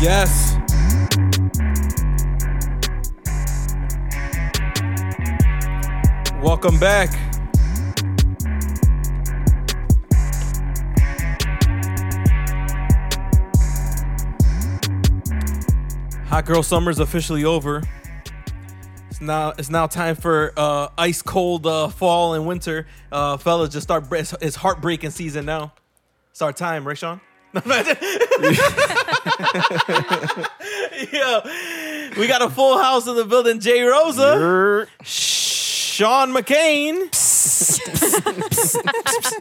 Yes. Welcome back. Hot girl summer is officially over. It's now it's now time for uh, ice cold uh, fall and winter. Uh, fellas, just start. It's, it's heartbreaking season now. It's our time, right, Sean? Yo, we got a full house in the building. Jay Rosa, Sean McCain,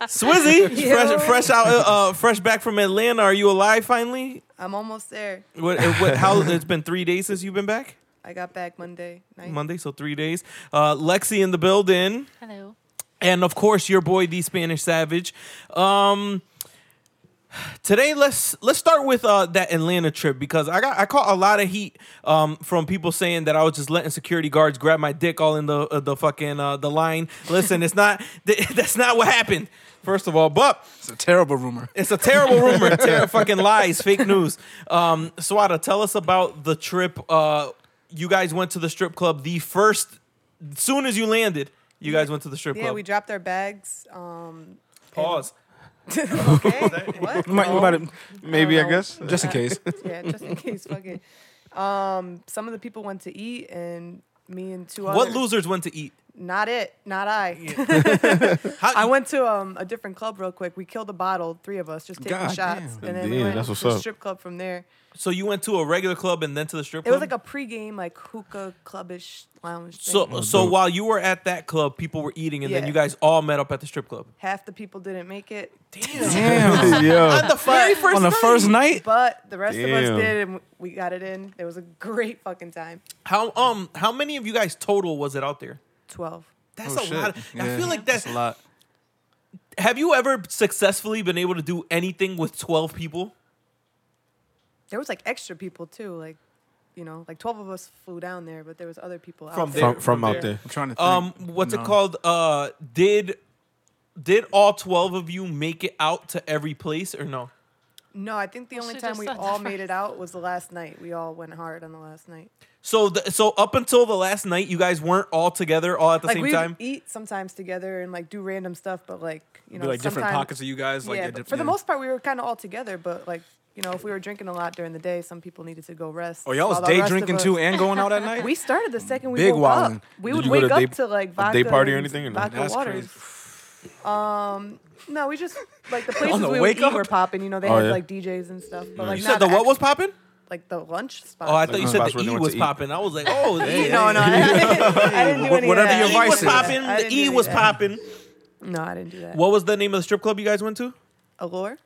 Swizzy, fresh, fresh out, uh, fresh back from Atlanta. Are you alive finally? I'm almost there. What, uh, what, how it's been three days since you've been back? I got back Monday night. Monday, so three days. Uh, Lexi in the building, Hello. and of course your boy, the Spanish Savage. Um, today, let's let's start with uh, that Atlanta trip because I got I caught a lot of heat um, from people saying that I was just letting security guards grab my dick all in the uh, the fucking uh, the line. Listen, it's not th- that's not what happened. First of all, but It's a terrible rumor. it's a terrible rumor, ter- fucking lies, fake news. Um, Swada, tell us about the trip. Uh, you guys went to the strip club the first, soon as you landed, you guys went to the strip Yeah, club. we dropped our bags. Um, Pause. okay. what? You might- you might have- Maybe, I guess. just in case. Yeah, just in case. Fuck it. Um, some of the people went to eat, and me and two What others. losers went to eat? Not it. Not I. How, I went to um, a different club real quick. We killed a bottle, three of us, just taking God shots, damn. and then we Damn, went that's what's to up. strip club from there. so you went to a regular club and then to the strip It was club. like a pregame, like hookah clubbish lounge. Thing. so so while you were at that club, people were eating, and then Yeah. you guys all met up at the strip club. half the people didn't make it, Damn. Yo. The very first On the first night? but the rest of us Damn. did, and we got it in. It was a great fucking time. How um how many of you guys total was it out there? Twelve. That's Oh, a shit. lot. I Yeah. feel like that's It's a lot. Have you ever successfully been able to do anything with 12 people? There was like extra people too, like you know, like twelve of us flew down there, but there was other people out From there. From, There, from out there. there. I'm trying to think. Um what's No. it called uh did did all 12 of you make it out to every place or no? No, I think the only shit, time that's we not all the made it out was the last night. We all went hard on the last night. So the, so up until the last night you guys weren't all together all at the Like same we time? eat sometimes together and like do random stuff, but like you know, Be like different sometime- pockets of you guys. Like yeah, at but diff- for the yeah. most part, we were kind of all together, but like. You know, if we were drinking a lot during the day, some people needed to go rest. Oh, y'all was while the day rest of drinking us- too and going out at night? We started the second we Big woke wildin'. up. We Did would you go to wake up day- to like a vodka, day party or and anything or no? Vodka That's waters. crazy. Um, no, we just like the places the we wake would up? eat were popping. You know, they Oh, had yeah. like DJs and stuff. But like you not said the what act- was popping? like the lunch spot. Oh, I thought you the said spots the where they E went was to eat. popping. I was like, "Oh, the E, no, no, I, I didn't do any of Whatever that. your the E was vices. popping. I The didn't do E any was of that. popping." No, I didn't do that. What was the name of the strip club you guys went to? Allure?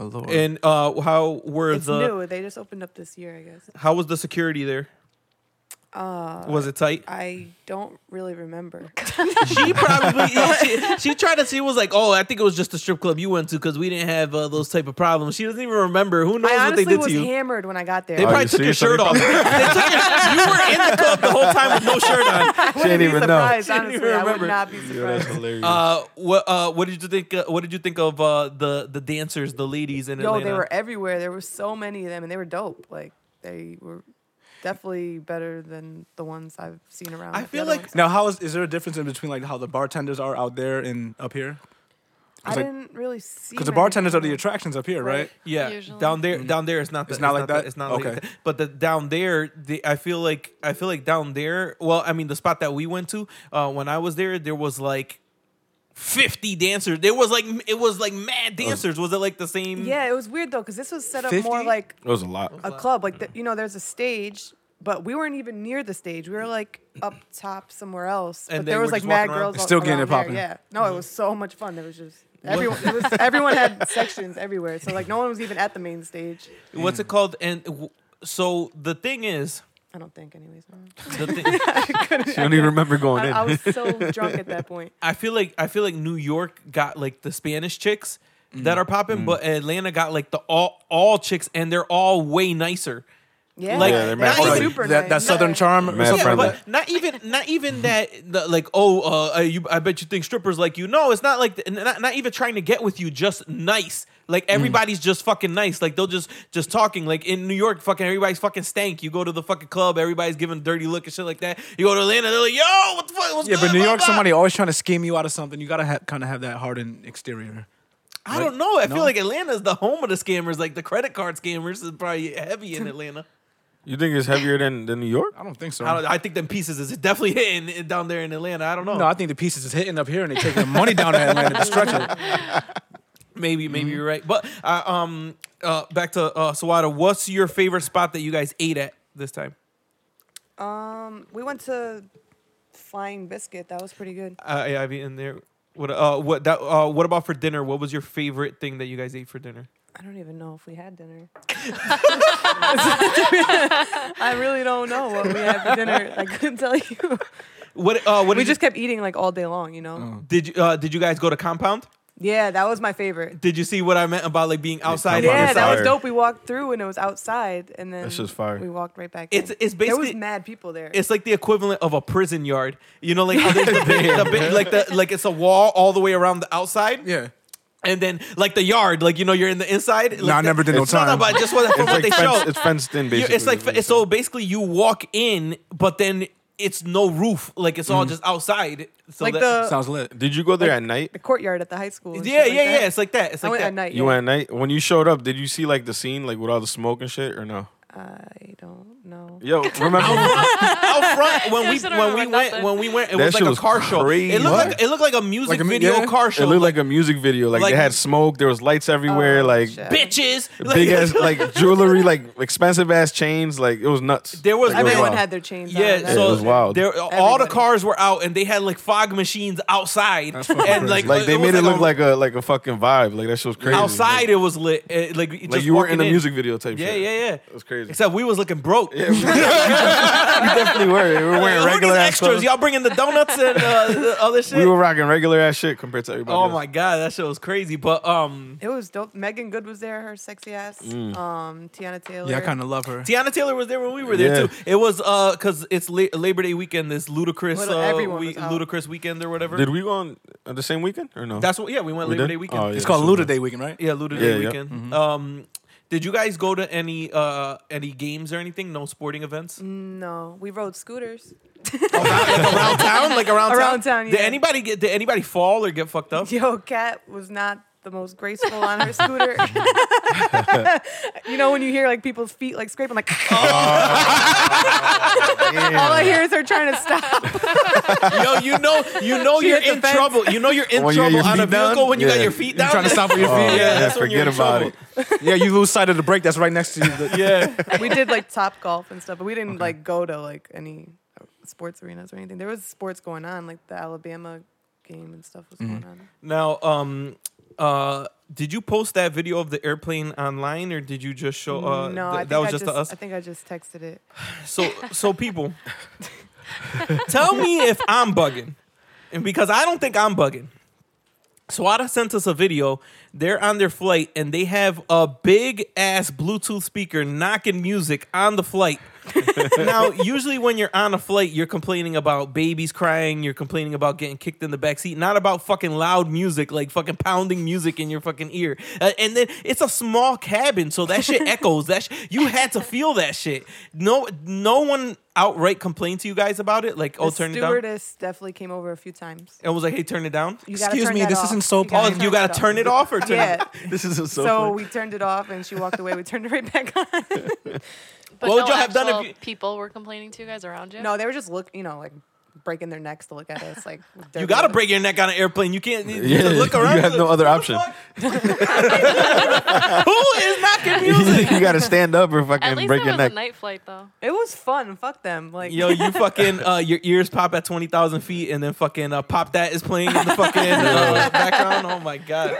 Oh, Lord. And uh how were It's the new. They just opened up this year, I guess. how was the security there? Uh, was it tight? I don't really remember. She probably she, she tried to. She was like, "Oh, I think it was just the strip club you went to because we didn't have uh, those type of problems." She doesn't even remember. Who knows I what they honestly did was to you? hammered when I got there. they Oh, probably you took your see? So they shirt off. they took your, you were in the club the whole time with no shirt on. I wouldn't didn't be even know. surprised. She didn't Honestly, even I would remember. not be surprised. hilarious. Uh, what uh, what did you think? Uh, what did you think of uh, the the dancers, the ladies in Yo, Atlanta? they were everywhere. There were so many of them, and they were dope. Like they were definitely better than the ones I've seen around. I the feel other like- ones. now, how is, is there a difference in between like how the bartenders are out there and up here? I like- didn't really see Because the many bartenders are of the them. attractions up here, right? Right. Yeah, Usually. down there, down there, it's not. The, Mm-hmm. It's not like the- that? it's not Okay. like that. But the down there, the, I feel like I feel like down there. Well, I mean, the spot that we went to uh, when I was there, there was like fifty dancers. There was like it was like Oh. mad dancers. Was it like the same? Yeah, it was weird though, because this was set up 50? more like It was a lot. a club. Like the, you know, there's a stage, but we weren't even near the stage. We were like up top somewhere else. And but they there were was like just mad walking around? girls all Still getting around it there, popping. Yeah, no, it was so much fun. There was just everyone. it was, everyone had sections everywhere, so like no one was even at the main stage. What's Mm. it called? And w- so the thing is, I don't think, anyways. I don't know. the thing, She don't even remember going I, in. I was so drunk at that point. I feel like I feel like New York got like the Spanish chicks Mm-hmm. that are popping, but Atlanta got like the all all chicks, and they're all way nicer. Yeah, Like, Yeah, they're they're mad all friendly. super that, that nice. southern Yeah. charm or Mad something Yeah, like friendly. that. but not even not Mm-hmm. even that the, like oh uh, you, I bet you think strippers like you. No, it's not like th- not, not even trying to get with you, just nice. Like Mm. everybody's just fucking nice. Like they'll just just talking. Like in New York, fucking everybody's fucking stank. You go to the fucking club, everybody's giving dirty look and shit like that. You go to Atlanta, they're like, yo, what the fuck? What's Yeah, good, but New blah, York, blah?" somebody always trying to scheme you out of something. You gotta ha- kind of have that hardened exterior. I don't know. I No. feel like Atlanta is the home of the scammers. Like the credit card scammers is probably heavy in Atlanta. You think it's heavier than, than New York? I don't think so. I, don't, I think them pieces is definitely hitting eh, down there in Atlanta. I don't know. no, I think the pieces is hitting up here and they taking the money down to Atlanta to stretch it. Maybe, maybe you're right. But uh, um, uh, back to uh, Sawada. What's your favorite spot that you guys ate at this time? Um, we went to Flying Biscuit. That was pretty good. Uh, yeah, I've eaten there. What? Uh, what? That, uh, what about for dinner? What was your favorite thing that you guys ate for dinner? I don't even know if we had dinner. I really don't know what we had for dinner. I couldn't tell you. What? Uh, what? We did you- just kept eating like all day long, you know? did you? Uh, did you guys go to compound? Yeah, that was my favorite. Did you see what I meant about like being outside? Compound and Yeah, is that was inside? fire. dope. We walked through and it was outside, and then That's just fire. we walked right back. It's- in. it's there was basically- mad people there. It's like the equivalent of a prison yard. You know, like how there's the big, the big, like the like it's a wall all the way around the outside. Yeah. And then, like the yard, like you know, you're in the inside. Like, I the- never did no It's- No, time. no, but just what, from It's what like they fenced, show, it's fenced in You- basically. it's like is what fa- you're so saying. basically you walk in, but then it's no roof, like it's all Mm. just outside. So like that- the, Sounds lit. Did you go there like- at night? the courtyard at the high school. and yeah, shit like yeah, that. yeah. It's like that. It's I like went that. at night. You yeah. went at night when you showed up. Did you see like the scene like with all the smoke and shit or no? I don't know. Yo, remember? out front when we should've when we remembered went nothing. when we went. It That was shit like a was car show. It crazy. looked What? like it looked like a music Like a- video yeah. car it show. looked like a music video. Like, Like- they had smoke. There was lights everywhere. Oh, like shit. bitches. big ass like jewelry, like expensive ass chains. Like it was nuts. There was- Like, it Everyone wild. had their chains. on. Yeah, That so It was wild. there- all the Everybody. cars were out, and they had like fog machines outside, That's fucking and like, like they was made it look a- like a like a fucking vibe. Like that shit was crazy. outside. It was lit, eh, like Like, just you were walking in a music video type. Yeah, shit. yeah, yeah. It was crazy. Except we was looking broke. we definitely were. We were Who wearing are regular these ass extras. clothes. Y'all bringing the donuts and uh, the other shit. We were rocking regular ass shit compared to everybody. oh else. my god, that shit was crazy. But um, It was dope. Megan Good was there, her sexy ass. Um, Tiana Taylor. Yeah, I kind of love her. Tiana Taylor was there when we were there Yeah. too. It was uh, cause it's la- Labor Day weekend. This ludicrous, Well, uh, everyone we- was out. ludicrous weekend or whatever. Did we go on uh, the same weekend or no? That's what. Yeah, we went We Labor did? Day weekend. Oh, It's Yeah, called something. Luda Day weekend, right? Yeah, Luda Yeah, Day yeah. weekend. Um, did you guys go to any uh any games or anything? No sporting events No, we rode scooters. around town, like around, town. Around town, Did yeah. anybody get? Did anybody fall or get fucked up? Yo, Cat was not the most graceful on her scooter. you know when you hear like people's feet like scraping, like all I hear is her trying to stop. Yo, you know, you know, She you're hit the in fence. trouble. You know, you're in When Oh, you got trouble your on a feet down? vehicle when you got Yeah. your feet You're down. trying to stop with your Oh, feet. yeah, Yeah, that's when you're in forget about trouble. it. Yeah, you lose sight of the brake that's right next to you. The- yeah. we did like top golf and stuff, but we didn't like go to like any uh, sports arenas or anything. There was sports going on, like the Alabama game and stuff was Mm-hmm. going on. Now, um, uh, did you post that video of the airplane online, or did you just show? Uh, no, th- I think that was I just, just, to us. I think I just texted it. So, so people, tell me if I'm bugging, and because I don't think I'm bugging. Swada sent us a video. They're on their flight and they have a big ass Bluetooth speaker knocking music on the flight. now, usually when you're on a flight, you're complaining about babies crying, you're complaining about getting kicked in the back seat, not about fucking loud music, like fucking pounding music in your fucking ear. Uh, and then it's a small cabin, so that shit echoes. That sh- you had to feel that shit. No, no one outright complained to you guys about it. Like, oh, the turn it down. stewardess definitely came over a few times. And was like, hey, turn it down. You gotta Excuse turn me, that this off. isn't so You Oh, gotta you gotta that turn off. it off or turn it Yeah. This is so. So, we turned it off and she walked away. We turned it right back on. But What would no y'all have done if actual you- people were complaining to you guys around you? No, they were just look, you know, like breaking their necks to look at us. Like with You dirty gotta looks. break your neck on an airplane. You can't you Yeah, just look around. you have no other option. Who is knocking music? you got to stand up or At fucking least break it your was neck. a night flight though. It was fun. Fuck them. Like Yo, you fucking uh, your ears pop at twenty thousand feet, and then fucking uh, pop that is playing in the fucking uh, background. Oh my god,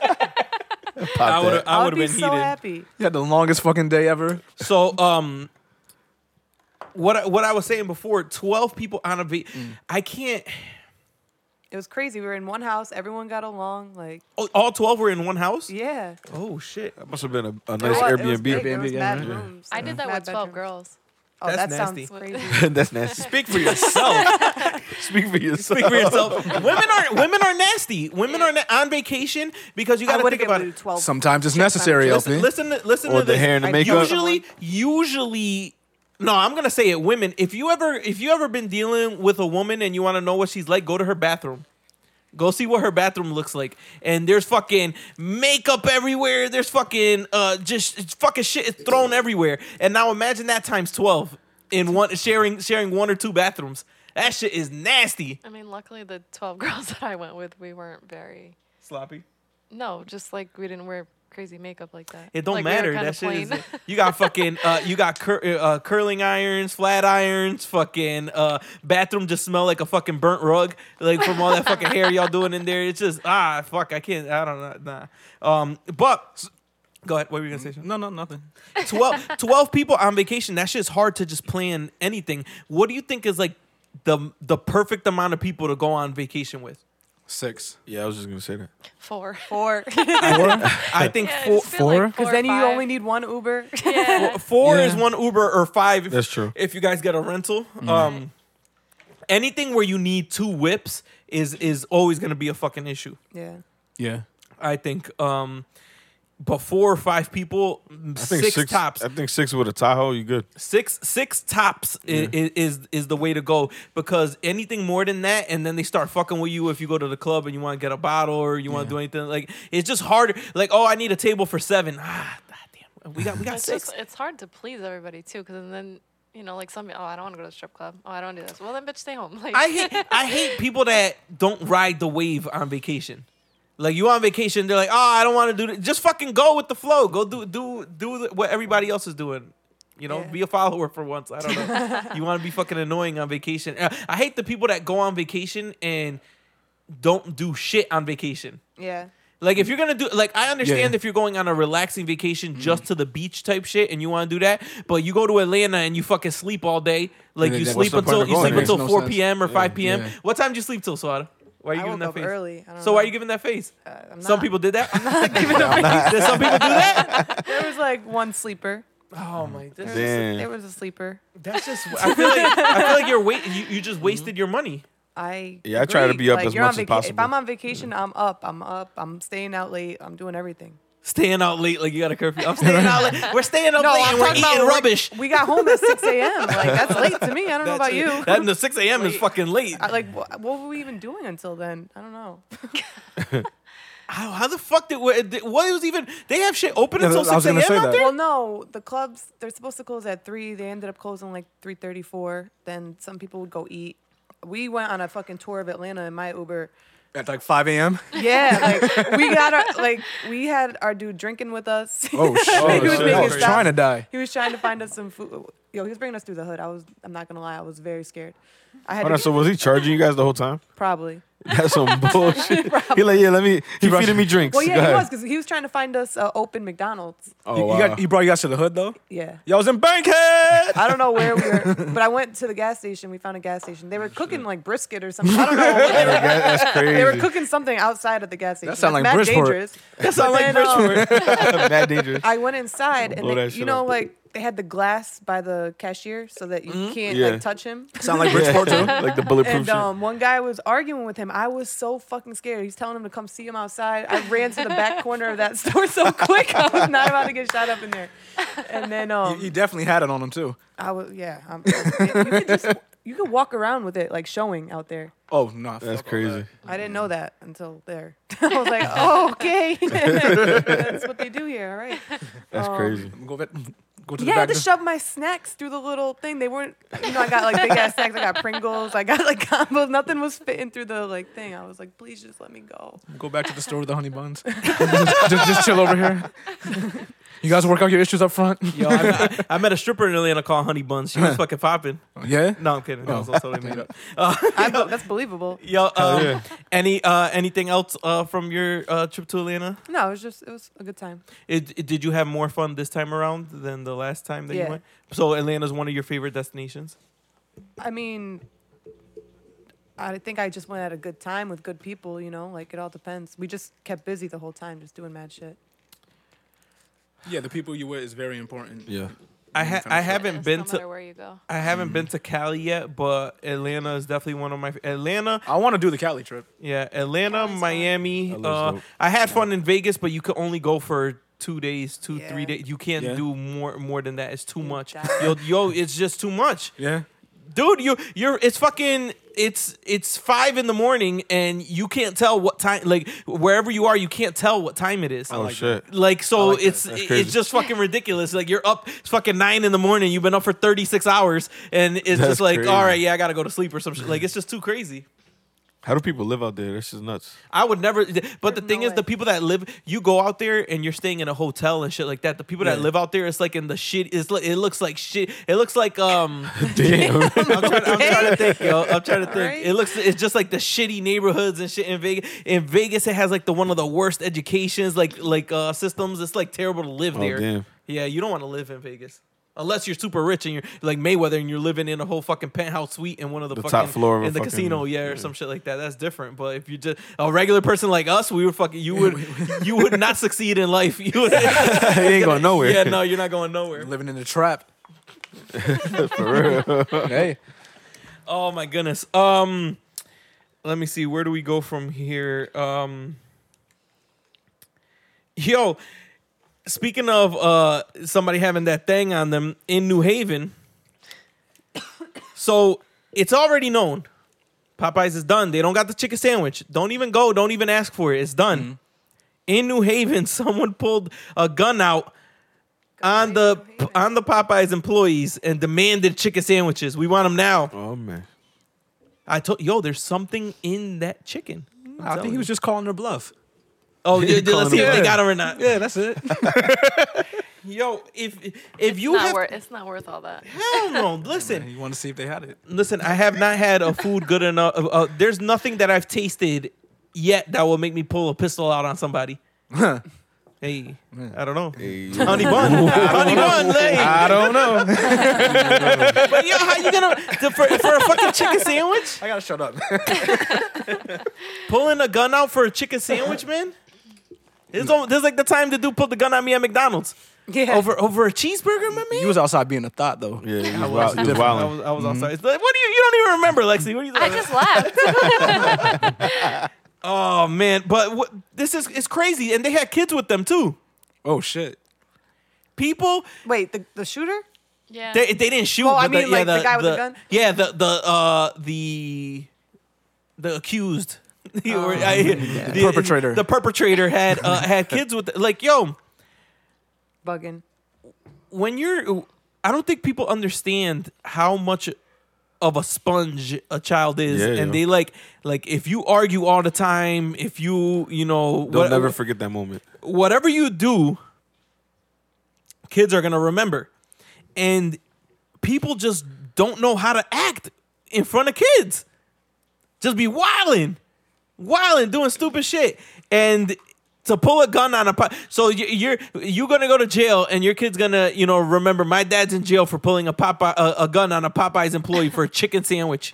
Pop I would that. I I would would have be been so heated. happy. You had the longest fucking day ever. So um, what I, what I was saying before, twelve people on a beat. Mm. I can't. It was crazy. We were in one house. Everyone got along. Like oh, All twelve were in one house. yeah. Oh shit. Must have been a, a It was- nice it was Airbnb. big. There was Airbnb, yeah, mad right? rooms. I did that Mad with twelve bedrooms. girls. Oh, That's that nasty. sounds crazy. That's nasty. Speak for yourself. Speak for yourself. Speak for yourself. women are women are nasty. Women are na- on vacation because you I got to would think have about given you it. twelve. Sometimes it's necessary, Listen, LP. listen, to, listen Or to the this. hair and the I- makeup. Usually, usually, no, I'm gonna say it. Women, if you ever, if you ever been dealing with a woman and you want to know what she's like, go to her bathroom. Go see what her bathroom looks like, and there's fucking makeup everywhere. There's fucking uh, just it's fucking shit is thrown everywhere. And now imagine that times twelve in one sharing sharing one or two bathrooms. That shit is nasty. I mean, luckily the 12 girls that I went with, we weren't very. Sloppy. No, just like we didn't wear crazy makeup like that. It don't Like, we were matter. kinda That shit is. plain. You got fucking. Uh, you got cur- uh, curling irons, flat irons, fucking uh, bathroom just smell like a fucking burnt rug, like from all that fucking hair y'all doing in there. It's just ah fuck. I can't. I don't know. Nah. Um, but go ahead. What were you gonna say? Sean? No, no, nothing. 12, 12 people on vacation. That shit's hard to just plan anything. What do you think is like the the perfect amount of people to go on vacation with? Six. Yeah, I was just gonna say that. Four. Four. I think Yeah, four. just feel like four four? or Because then you five. only need one Uber. Yeah. Well, four Yeah. is one Uber or five. If, That's true. If you guys get a rental, Mm-hmm. um, anything where you need two whips is is always going to be a fucking issue. yeah. Yeah. I think. Um, but four or five people, I think six, six, tops, I think six with a Tahoe, you good. six six tops i is, is is the way to go because anything more than that, and then they start fucking with you if you go to the club and you want to get a bottle or you want to do anything. Like it's just harder. Like oh, I need a table for seven. Ah, goddamn, we got we got It's six. just it's hard to please everybody too, because then you know, like some oh, I don't want to go to the strip club. Oh, I don't wanna do this. Well, then bitch, stay home. Like I hate I hate people that don't ride the wave on vacation. Like you on vacation, they're like, "Oh, I don't want to do that." Just fucking go with the flow. Go do do do what everybody else is doing. You know, Yeah. be a follower for once. I don't know. you want to be fucking annoying on vacation. Uh, I hate the people that go on vacation and don't do shit on vacation. Yeah. Like if you're gonna do like I understand yeah. if you're going on a relaxing vacation just to the beach type shit and you want to do that, but you go to Atlanta and you fucking sleep all day. Like Yeah, you then sleep what's the until point of you going sleep there? until Makes 4 no sense. p.m. or Yeah, 5 p.m. yeah. What time did you sleep till, Swada? Why are you I giving woke that up face? early. I don't So why are know. you giving that face? Uh, I'm Some not. people did that. I'm not giving that face. Did some people do that? There was like one sleeper. Oh my! That's, just, Damn. There was a sleeper. that's just. I feel like I feel like you're wait. You, you just wasted your money. I Yeah, I try to agree. be up Like, as you're on much as vaca- If possible. I'm on vacation, I'm up. I'm up. I'm staying out late. I'm doing everything. Staying out late like you got a curfew. I'm staying out late. We're staying up late I'm and we're eating like, rubbish. We got home at 6 a.m. Like that's late to me. I don't know about you. That, the 6 a.m. is fucking late. I, like wh- what were we even doing until then? I don't know. How, how the fuck did what, did- what was even? They have shit open Yeah, until I was six a.m. gonna out say that. there. Well, no, the clubs they're supposed to close at three. They ended up closing like three thirty-four. Then some people would go eat. We went on a fucking tour of Atlanta in my Uber. At like 5 a.m. Yeah, like we got our like we had our dude drinking with us. Oh shit! Oh, he was shit. making I was stuff. trying to die. He was trying to find us some food. Yo, he was bringing us through the hood. I was I'm not gonna lie, I was very scared. I had Hold to on, Oh, so was he charging you guys the whole time? probably. That's some bullshit. he like, yeah, let me. He brought- feeded me drinks. Well, Go yeah, he ahead. was because he was trying to find us uh, open McDonald's. Oh, you, you wow. got, he brought you guys to the hood though. Yeah. Y'all was in Bankhead. I don't know where we were, but I went to the gas station. We found a gas station. They were cooking like brisket or something. I don't know. what They were, That's crazy. they were cooking something outside of the gas station. That sound That's like mad Bridgeport. dangerous. That sounds like But then, um, Bridgeport. Mad dangerous. I went inside and Blow they, that you shit know up. like they had the glass by the cashier so that you can't Mm-hmm. Yeah. like touch him. Sound like Bridgeport too. like the bulletproof And um, one guy was arguing with him. I was so fucking scared. He's telling him to come see him outside. I ran to the back corner of that store so quick. I was not about to get shot up in there. And then um, You definitely had it on him too. I was yeah. I'm, you could just you could walk around with it like showing out there. Oh no, shit. That's crazy. I didn't know that until there. I was like, oh, okay, that's what they do here. All right. Um, That's crazy. Go, vet- go to Yeah, I had the to back. shove my snacks through the little thing. They weren't, you know, I got like big ass snacks. I got Pringles. I got like combos. Nothing was fitting through the like thing. I was like, please just let me go. Go back to the store with the honey buns. just, just- just chill over here. You guys work out your issues up front. Yo, I, met- I met a stripper in Atlanta called Honey Buns. She was fucking popping. Yeah. No, I'm kidding. That Oh. was totally made up. I, that's believable. Yo, um, yeah. any uh, anything else uh, from your uh, trip to Atlanta? No, it was just, it was a good time. It, it- did you have more fun this time around than the last time that you Yeah. went? So Atlanta's one of your favorite destinations. I mean, I think I just went at a good time with good people, you know? Like, it all depends. We just kept busy the whole time, just doing mad shit. Yeah, the people you with is very important. Yeah. I ha- I haven't Yes, been no to matter where you go. I haven't Mm-hmm. been to Cali yet, but Atlanta is definitely one of my Atlanta. I want to do the Cali trip. Yeah, Atlanta, Cali's fun. Miami. Atlanta's Uh, dope. I had fun in Vegas, but you could only go for two days, two three Yeah. days. You can't Yeah. do more more than that. It's too much. die. Yo, yo, it's just too much, Yeah. dude. You you're it's fucking. It's it's five in the morning and you can't tell what time like wherever you are you can't tell what time it is. Oh shit. Like so, like that. it's That's crazy. it's just fucking ridiculous. Like you're up, it's fucking nine in the morning. You've been up for thirty six hours, and it's That's just like, crazy. all right, yeah, I gotta go to sleep or some shit. Like it's just too crazy. How do people live out there? This is nuts. I would never. But the There's thing no is, the way. people that live, you go out there and you're staying in a hotel and shit like that. The people that Yeah. live out there, it's like in the shit. It's like it looks like shit. It looks like um. Damn. I'm trying, I'm trying to think, yo. I'm trying to think. Right? It looks, it's just like the shitty neighborhoods and shit in Vegas. In Vegas, it has like the one of the worst educations, like like uh systems. It's like terrible to live Oh, there. damn. Yeah, you don't want to live in Vegas unless you're super rich and you're like Mayweather and you're living in a whole fucking penthouse suite in one of the, The fucking top floor of a in the fucking- casino, yeah, or some shit like that. That's different. But if you just a regular person like us, we would fucking you would you would not succeed in life. You would, yeah, He ain't going nowhere. no, you're not going nowhere. Living in a trap. For real. Hey. Oh my goodness. Um let me see where do we go from here? Um Yo, speaking of uh somebody having that thing on them in New Haven. so, it's already known. Popeyes is done. They don't got the chicken sandwich. Don't even go, don't even ask for it. It's done. In New Haven, someone pulled a gun out on the on the Popeyes employees and demanded chicken sandwiches. We want them now. Oh man. I told yo, there's something in that chicken. Mm. I think he was just calling her bluff. Oh, yeah, yeah, let's see if they Yeah. got him or not. Yeah, that's it. Yo, if if you not have wor- it's not worth all that. hell no, listen, you want to see if they had it. listen. I have not had a food good enough. Uh, uh, there's nothing that I've tasted yet that will make me pull a pistol out on somebody. hey, I don't know. Honey bun, honey bun, hey. I don't know. But yo, how you gonna the- for, for a fucking chicken sandwich? I gotta shut up. Pulling a gun out for a chicken sandwich, man. There's, no. there's like the time the dude pulled the gun on me at McDonald's Yeah. over over a cheeseburger, my man. Mm-hmm. you was outside being a thought though. Yeah, he I was, was, wild, he was I wilding. was, I was outside. It's like, what do you? You don't even remember, Lexi. What are you? I talking just laughed. about? oh man, but what, this is it's crazy, and they had kids with them too. Oh shit. People, Wait, the, the shooter? Yeah. they, they didn't shoot. Oh, I but mean, like, the guy with the gun? Yeah, the the uh the the accused. Oh, Or, I- the Perpetrator. The perpetrator had uh, had kids with like yo. Bugging. when you're i don't think people understand how much of a sponge a child is Yeah, and yeah. they like like if you argue all the time if you you know They'll what- never forget that moment. whatever you do kids are going to remember and people just don't know how to act in front of kids just be wilding wilding doing stupid shit and to pull a gun on a pi- so y- you're you're gonna go to jail and your kid's gonna you know remember my dad's in jail for pulling a Popeye, a, a gun on a Popeye's employee for a chicken sandwich.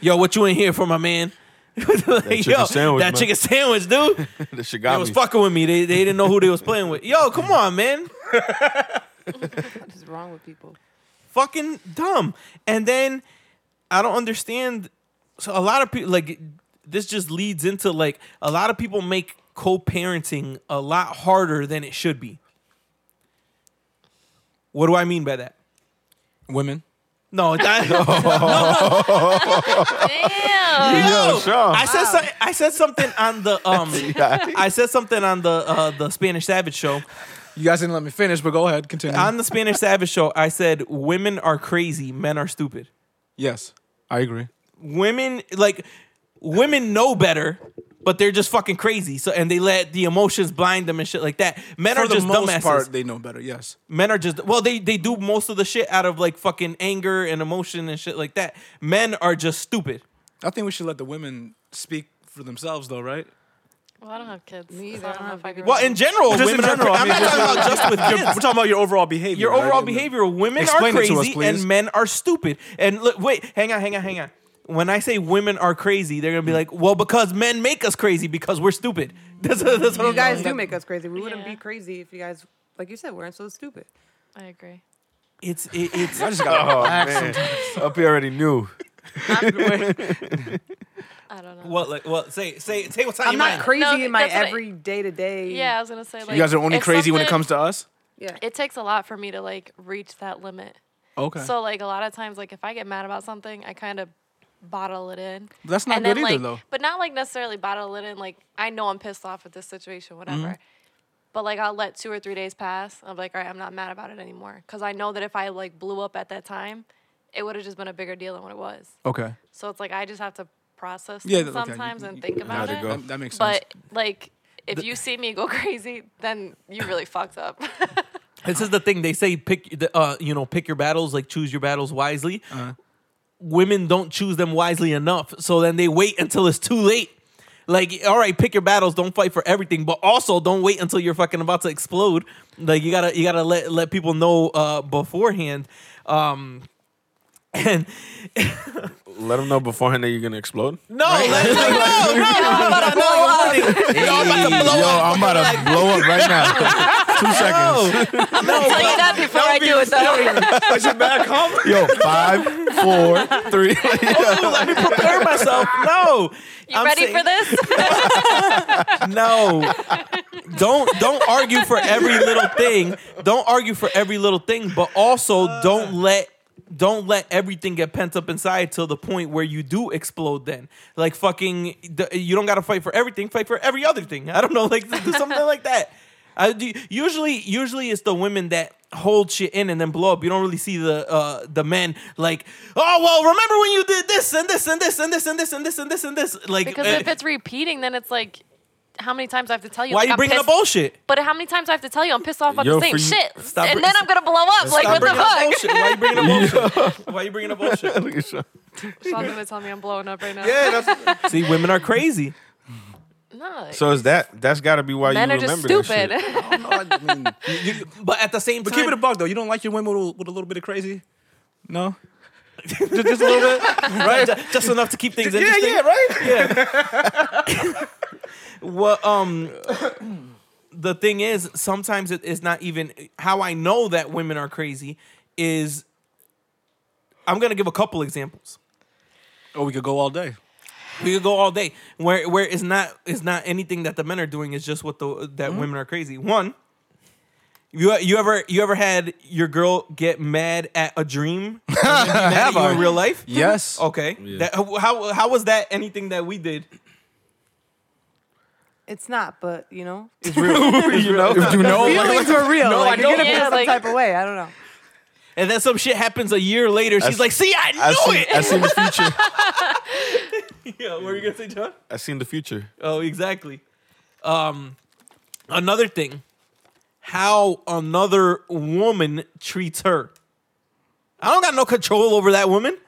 yo, what you in here for, my man? that chicken sandwich, that man. chicken sandwich, dude. That shit They got was me. fucking with me. They, they didn't know who they was playing with. Yo, come on, man. What is wrong with people? Fucking dumb. And then I don't understand. So a lot of people like this just leads into like a lot of people make co-parenting a lot harder than it should be. What do I mean by that? Women. No, that, no, Damn. Yo, Sean. I said so, I said something on the um I said something on the uh, the Spanish Savage show. You guys didn't let me finish, but go ahead, continue. On the Spanish Savage show, I said women are crazy, men are stupid. yes, I agree. women like women know better but they're just fucking crazy so and they let the emotions blind them and shit like that men For are the just most dumbasses part, they know better. Yes. men are just well they they do most of the shit out of like fucking anger and emotion and shit like that men are just stupid I think we should let the women speak for themselves, though, right? Well, I don't have kids. Me so either, I don't know if I could. well in general Just in women general, are I cra- mean, i'm not just- talking about just with We're kids talking about your overall behavior. your right? overall behavior women Explain are it to us, crazy please. and men are stupid and look wait hang on hang on hang on when i say women are crazy they're gonna be like well because men make us crazy because we're stupid that's, that's what You I'm- guys do make us crazy. We wouldn't Yeah. be crazy if you guys, like you said, weren't so stupid. I agree. It's it, it's I just got oh, man. Up here already knew. I don't know. what like what say say say what's on I'm your not mind. crazy No, in my that's what I- every day to day. yeah, I was gonna say like you guys are only if crazy when it something- comes to us. Yeah. It takes a lot for me to like reach that limit. Okay. So like a lot of times, like if I get mad about something, I kind of bottle it in. That's not and good then, either, like, though. But not like necessarily bottle it in. Like I know I'm pissed off at this situation, whatever. Mm-hmm. But like I'll let two or three days pass. I'm like, all right, I'm not mad about it anymore because I know that if I like blew up at that time, it would have just been a bigger deal than what it was. okay. So it's like I just have to process Yeah, things th- okay, you- sometimes you- and think about to it. go. That, that makes sense. But like. If you see me go crazy, then you really fucked up. This is the thing they say pick the uh you know pick your battles like choose your battles wisely. Uh-huh. Women don't choose them wisely enough, so then they wait until it's too late. Like, all right, pick your battles. Don't fight for everything, but also don't wait until you're fucking about to explode. Like, you gotta you gotta let let people know uh beforehand. Um, and Let them know beforehand that you're gonna explode. no, let, no, no, no, no, no, no, Yo, I'm about to blow up right now. Two seconds. Oh, Tell you that before I do it, though. Put your back home. Yo, five, four, three. no, let me prepare myself. No, You ready for this? no don't don't argue for every little thing don't argue for every little thing but also don't let don't let everything get pent up inside till the point where you do explode then like fucking the- you don't gotta fight for everything fight for every other thing i don't know like do something like that I do, usually usually it's the women that hold shit in and then blow up you don't really see the uh the men like oh well remember when you did this and this and this and this and this and this and this and this like Because uh, if it's repeating, then it's like, how many times I have to tell you? why like, you I'm bringing pissed, up bullshit But how many times I have to tell you I'm pissed off about Yo, the same for you- shit, Stop and br- then I'm gonna blow up. Like what the bringing up fuck? bullshit. Why you bringing up bullshit? Why you bringing up bullshit? Look at Sean. Sean's gonna tell me I'm blowing up right now. See, women are crazy. No. So is that? That's got to be why men you are just remember this stupid. shit. Oh, But at the same but time, keep it a bug, though. You don't like your women with, a- with a little bit of crazy? No? just, just a little bit? right? Ju- just enough to keep things interesting. right? Well, um, the thing is, sometimes it is not even how I know that women are crazy is. I'm gonna give a couple examples. Or Oh, we could go all day. We could go all day. Where where it's not it's not anything that the men are doing. It's just what the that Mm-hmm. women are crazy. One, you you ever you ever had your girl get mad at a dream? And then be mad at you in real life? Yes. Okay. That, how how was that anything that we did? It's not, but you know, you know, you know. feelings were real. No, like, I you're know. gonna feel Yeah, some like- type of way. I don't know. And then some shit happens a year later. She's s- like, "See, I I knew seen, I it." seen the future. yeah, what were you gonna say, John? I seen the future. Oh, exactly. Um, another thing, how another woman treats her. I don't got no control over that woman.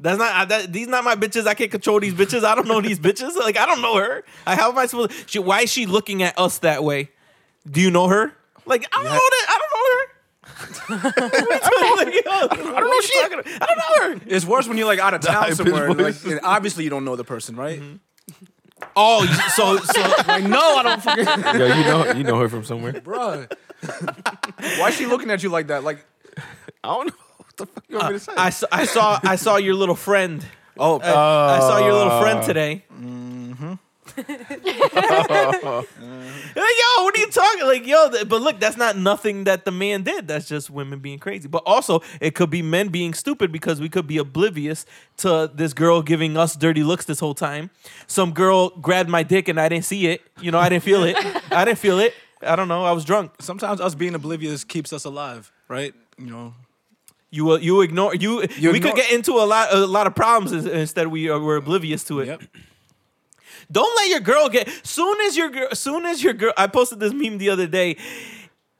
That's not I, that, these not my bitches. I can't control these bitches. I don't know these bitches. Like I don't know her. I, how am I supposed? She, why is she looking at us that way? Do you know her? Like I don't know that. I don't know her. I don't know what you're talking about. I don't know her. It's worse when you're like out of town high-pitched somewhere. and, voice. like, and obviously, you don't know the person, right? Oh, you- so so Like, no, I don't fucking. Yo, you know, you know her from somewhere. Bruh. Why is she looking at you like that? Like, I don't know what the fuck you want me to say. I, saw- I saw I saw your little friend. oh, I, I saw your little Uh, friend today. Mm-hmm. Hey, yo, what are you talking? Like, yo, th- but look, that's not nothing that the man did. That's just women being crazy. But also, it could be men being stupid because we could be oblivious to this girl giving us dirty looks this whole time. Some girl grabbed my dick and I didn't see it. You know, I didn't feel it. I didn't feel it. I don't know. I was drunk. sometimes us being oblivious keeps us alive, right? You know, You will- you ignore you. You we ignore- could get into a lot a lot of problems ins- instead we uh, were oblivious to it. yep. Don't let your girl get. Soon as your girl, soon as your girl, I posted this meme the other day.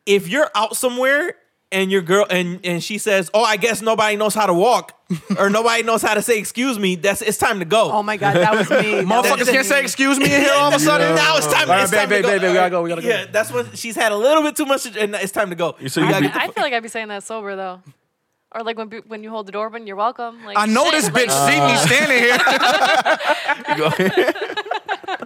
If you're out somewhere and your girl and and she says, "Oh, I guess nobody knows how to walk," or nobody knows how to say "excuse me," that's it's time to go. Oh my god, that was me. Motherfuckers can't say excuse me in here all of a sudden. now it's time. All right, it's babe, time to babe, go. babe, babe, we gotta go, we gotta go. Yeah, that's when she's had a little bit too much, and it's time to go. You say you gotta be- get the I fu- feel like I'd be saying that sober though. Or like when be- when you hold the door open, you're welcome. Like uh, I know shit, this like- bitch see me standing here. you go,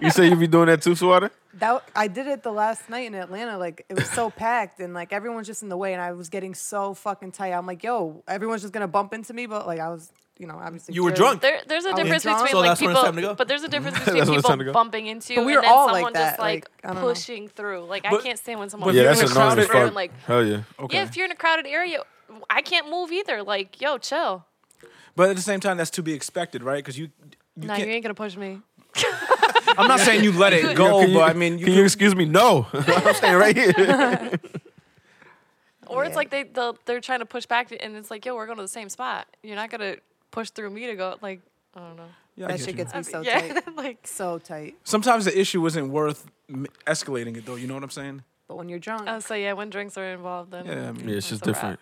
You say you be doing that too, Sawada? That I did it the last night in Atlanta. Like it was so packed and like everyone's just in the way, and I was getting so fucking tight. I'm like, yo, everyone's just gonna bump into me, but like I was, you know, obviously You were scared. drunk. There, there's a was difference drunk. between So like that's when it's time to people, go? but there's a difference That's between when it's time to people go? bumping into you But we and were then all like someone just that, like, like, I don't know. pushing through. Like But- I can't stand when but someone Yeah, you're that's in a annoying as crowded area, fuck. like Hell yeah. Okay. yeah, if you're in a crowded area, I can't move either. Like yo, chill. but at the same time, that's to be expected, right? Because you, you No, can't, you ain't gonna push me. I'm not saying you let it go, Yo, can you- but I mean, you can you excuse me? No, I'm staying right here. Or it's Yeah. like they they'll- they're trying to push back, and it's like yo, we're going to the same spot. You're not gonna push through me to go. Like I don't know. yeah, I That get shit you. gets me so yeah, tight, like so tight. Sometimes the issue isn't worth m- escalating it, though. You know what I'm saying? But when you're drunk, oh, so yeah, when drinks are involved, then Yeah, I mean, Yeah, it's just That's a wrap.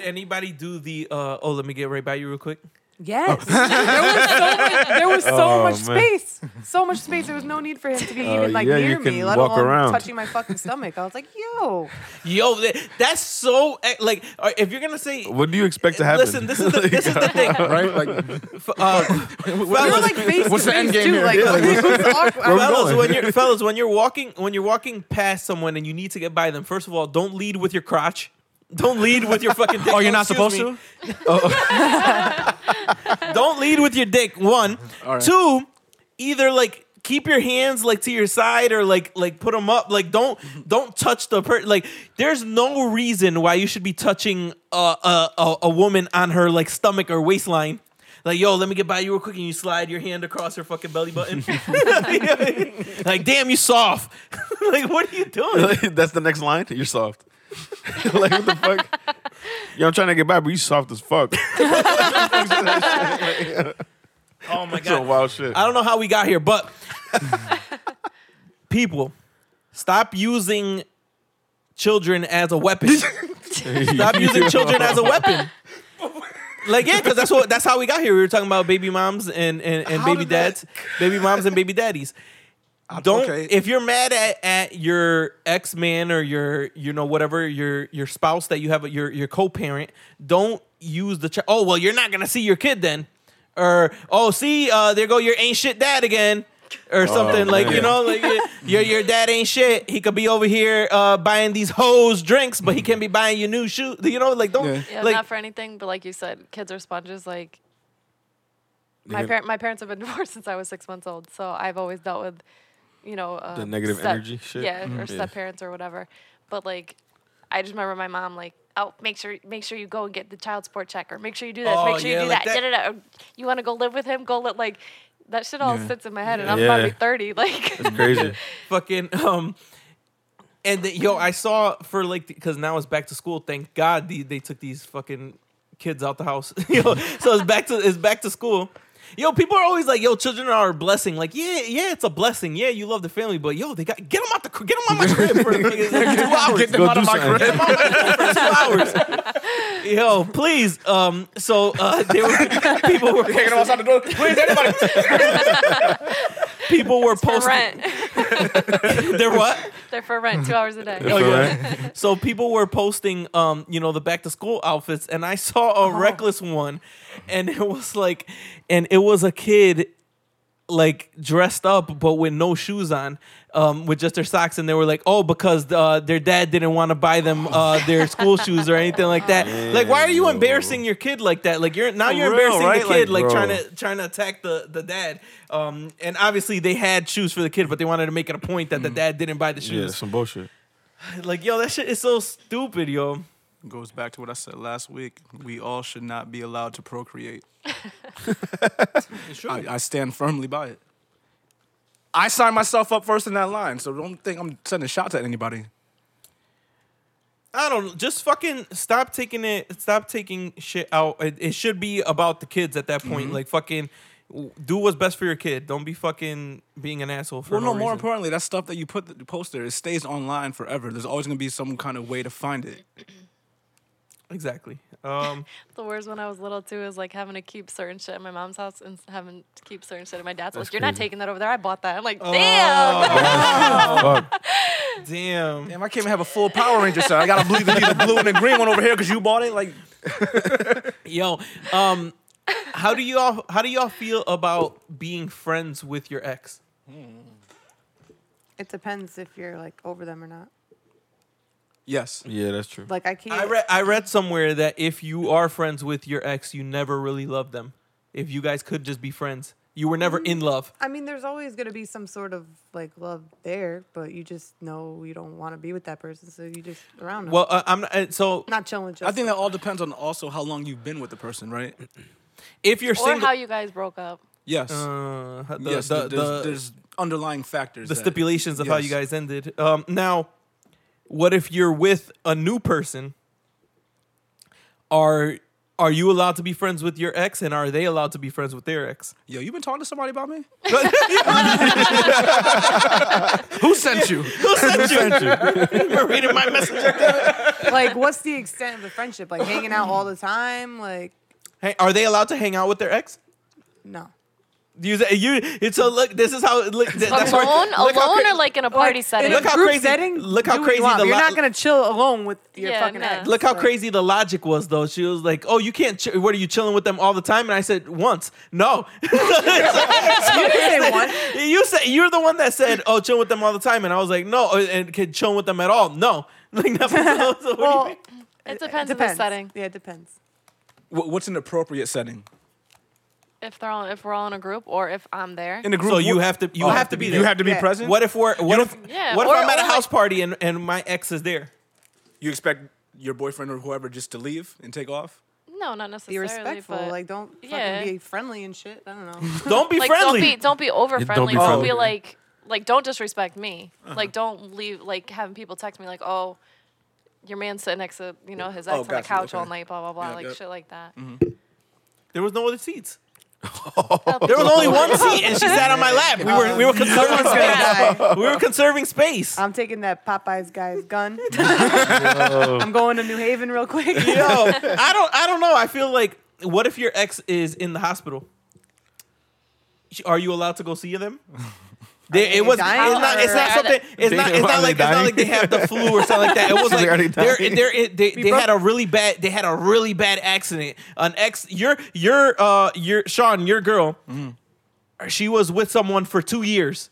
Did anybody do the? Uh, oh, let me get right by you real quick. yes, there was so, there Oh, was so much man. space, so much space. There was no need for him to be Oh, even like yeah, you near me, can let walk alone around. touching my fucking stomach. I was like, yo, Yo, that, that's so eh, like. all right, If you're gonna say, What do you expect to happen? listen, this is the, this is the thing, right? Like, F- uh, we were fellas, like face what's to the end face game too. here? Like Yeah, it was awkward. I Where was we fellas, going? when you're fellas, when you're walking, when you're walking past someone and you need to get by them, first of all, don't lead with your crotch. Don't lead with your fucking dick. oh, you're not Excuse supposed me. to. Don't lead with your dick. One, All right. two, either like keep your hands like to your side or like like put them up. Like don't don't touch the per. Like there's no reason why you should be touching a a, a a woman on her like stomach or waistline. Like yo, let me get by you real quick, and you slide your hand across her fucking belly button. like damn, you soft. like what are you doing? That's the next line. You're soft. like what the fuck? Yo, I'm trying to get by, but you soft as fuck. Oh my Some god, wild shit. I don't know how we got here, but people, stop using children as a weapon. stop using children as a weapon. Like yeah, because that's what that's how we got here. We were talking about baby moms and and, and How baby did that- dads, baby moms and baby daddies. Don't okay. if you're mad at, at your ex man or your you know whatever your your spouse that you have your your co parent, don't use the child. Oh well, you're not gonna see your kid then, or oh see uh, there go your ain't shit dad again. Or something like you man. know, like uh, your your dad ain't shit. He could be over here uh, buying these hoes drinks, but he can't be buying you new shoes. You know, like don't Yeah. Yeah, like not for anything, but like you said, kids are sponges. Like my get- parent, my parents have been divorced since I was six months old, so I've always dealt with, you know, uh, The negative energy shit? Yeah, Mm. or Yeah. step parents or whatever. But like, I just remember my mom like, oh, make sure, make sure you go and get the child support check, or make sure you do this, Oh, make sure yeah, you do like that. that- da, da, da. You want to go live with him? Go live like. That shit all Yeah. sits in my head, and I'm about to be Yeah. thirty. Like, It's crazy. fucking um and the, yo i saw for like because now it's back to school thank god they, they took these fucking kids out the house yo so it's back to it's back to school yo people are always like yo children are a blessing like yeah yeah it's a blessing yeah you love the family but yo they got get them out the cr- get them out my crib for like, two hours Get them Go out do of my something. crib. yo please um so uh they were people were Taking them outside the door. Please, anybody. people were for posting rent, they're what they're for rent, two hours a day. That's all right. So people were posting, um, you know, the back to school outfits, and I saw a reckless one, and it was like, and it was a kid, like dressed up but with no shoes on, um, with just their socks, and they were like, oh, because uh, their dad didn't want to buy them uh, their school shoes or anything like that. Like, why are you embarrassing your kid like that? Like, you're now For you're real, embarrassing right? the kid, like, Like, bro. trying to trying to attack the the dad. Um, and obviously they had shoes for the kid, but they wanted to make it a point that the dad didn't buy the Mm. Yeah, shoes. some bullshit. Like, yo, that shit is so stupid, yo. goes back to what I said last week. We all should not be allowed to procreate. I, I stand firmly by it. I signed myself up first in that line, so don't think I'm sending shots at anybody. I don't know. Just fucking stop taking it. Stop taking shit out. It, it should be about the kids at that point. Like fucking, w- do what's best for your kid. Don't be fucking being an asshole for Well, no, no, more reason. importantly, that stuff that you put the post there, it stays online forever. There's always gonna be some kind of way to find it. Exactly. Um, The worst when I was little too is like having to keep certain shit at my mom's house and having to keep certain shit at my dad's. like, you're not taking that over there. I bought that. I'm like, damn. Fuck. damn. Damn, I can't even have a full Power Ranger set. I gotta believe it be the blue and the green one over here because you bought it. Like, Yo, um, How do y'all how do y'all feel about being friends with your ex? It depends if you're like over them or not. Yes. Yeah, that's true. Like I can't. I read I read somewhere that if you are friends with your ex, you never really love them. If you guys could just be friends, you were never in love. I mean, there's always gonna be some sort of like love there, but you just know you don't want to be with that person, so you just around them. Well, uh, I'm uh, so not chilling. Just I think that all depends on also how long you've been with the person, right? if you're Or single, how you guys broke up. Yes. uh, the, yes. the, there's, the- there's underlying factors. the that- stipulations of how you yes. guys ended. Um, now, what if you're with a new person? Are are you allowed to be friends with your ex, and are they allowed to be friends with their ex? Yo, you been talking to somebody about me? Who sent you? Reading my messenger. like, what's the extent of the friendship? Like hanging out all the time? Like Hey, are they allowed to hang out with their ex? no. You, say- you, it's so look. This is how look. th- that's where- Alone, look how alone, cra- or like in a party Like, setting. In a Look how group crazy- setting. look how do what crazy you want, the but You're lo- not gonna chill alone with your Yeah, fucking no. ex. Look how Like, crazy the logic was, though. She was like, "Oh, you can't. Ch- what are you chilling with them all the time?" And I said, "Once, no." You didn't say one. you said you're the one that said, "Oh, chill with them all the time," and I was like, "No," uh, and can chill with them at all? No. Like, that's- so what do you Well, mean? it depends, on the depends. setting. Yeah, it depends. Wh- What's an appropriate setting? If they're all, if we're all in a group, or if I'm there. In a group. so you wh- have to you Oh. have to be there. You have to be Yeah. present. What if we're what if Yeah, what if or- I'm at or a like- house party and and my ex is there? you expect your boyfriend or whoever just to leave and take off. no, not Be necessarily. respectful. but- Like don't fucking yeah. be friendly and shit. I don't know. Don't be like friendly. don't be don't be over Yeah, don't friendly. be Don't friendly. be like like don't disrespect me. Like don't leave like having people text me like oh. Your man sitting next to you know his ex Oh, on gotcha, the couch okay. all night, blah blah blah, Yeah, like yep. shit like that. there was no other seats. That'll There was only one seat, and she sat on my lap. We were we were conserving space. Guy. We were conserving space. I'm taking that Popeyes guy's gun. I'm going to New Haven real quick. Yo, I don't I don't know. I feel like what if your ex is in the hospital? Are you allowed to go see them? They, they it was. It's dying not. It's or not are something. It's not. It's Are not they like. It's not dying? like they have the flu or something like that. It was Like, are they like they're, dying? they're, they they broke- had a really bad. They had a really bad accident. An ex. Your your uh your Sean your girl. Mm-hmm. She was with someone for two years.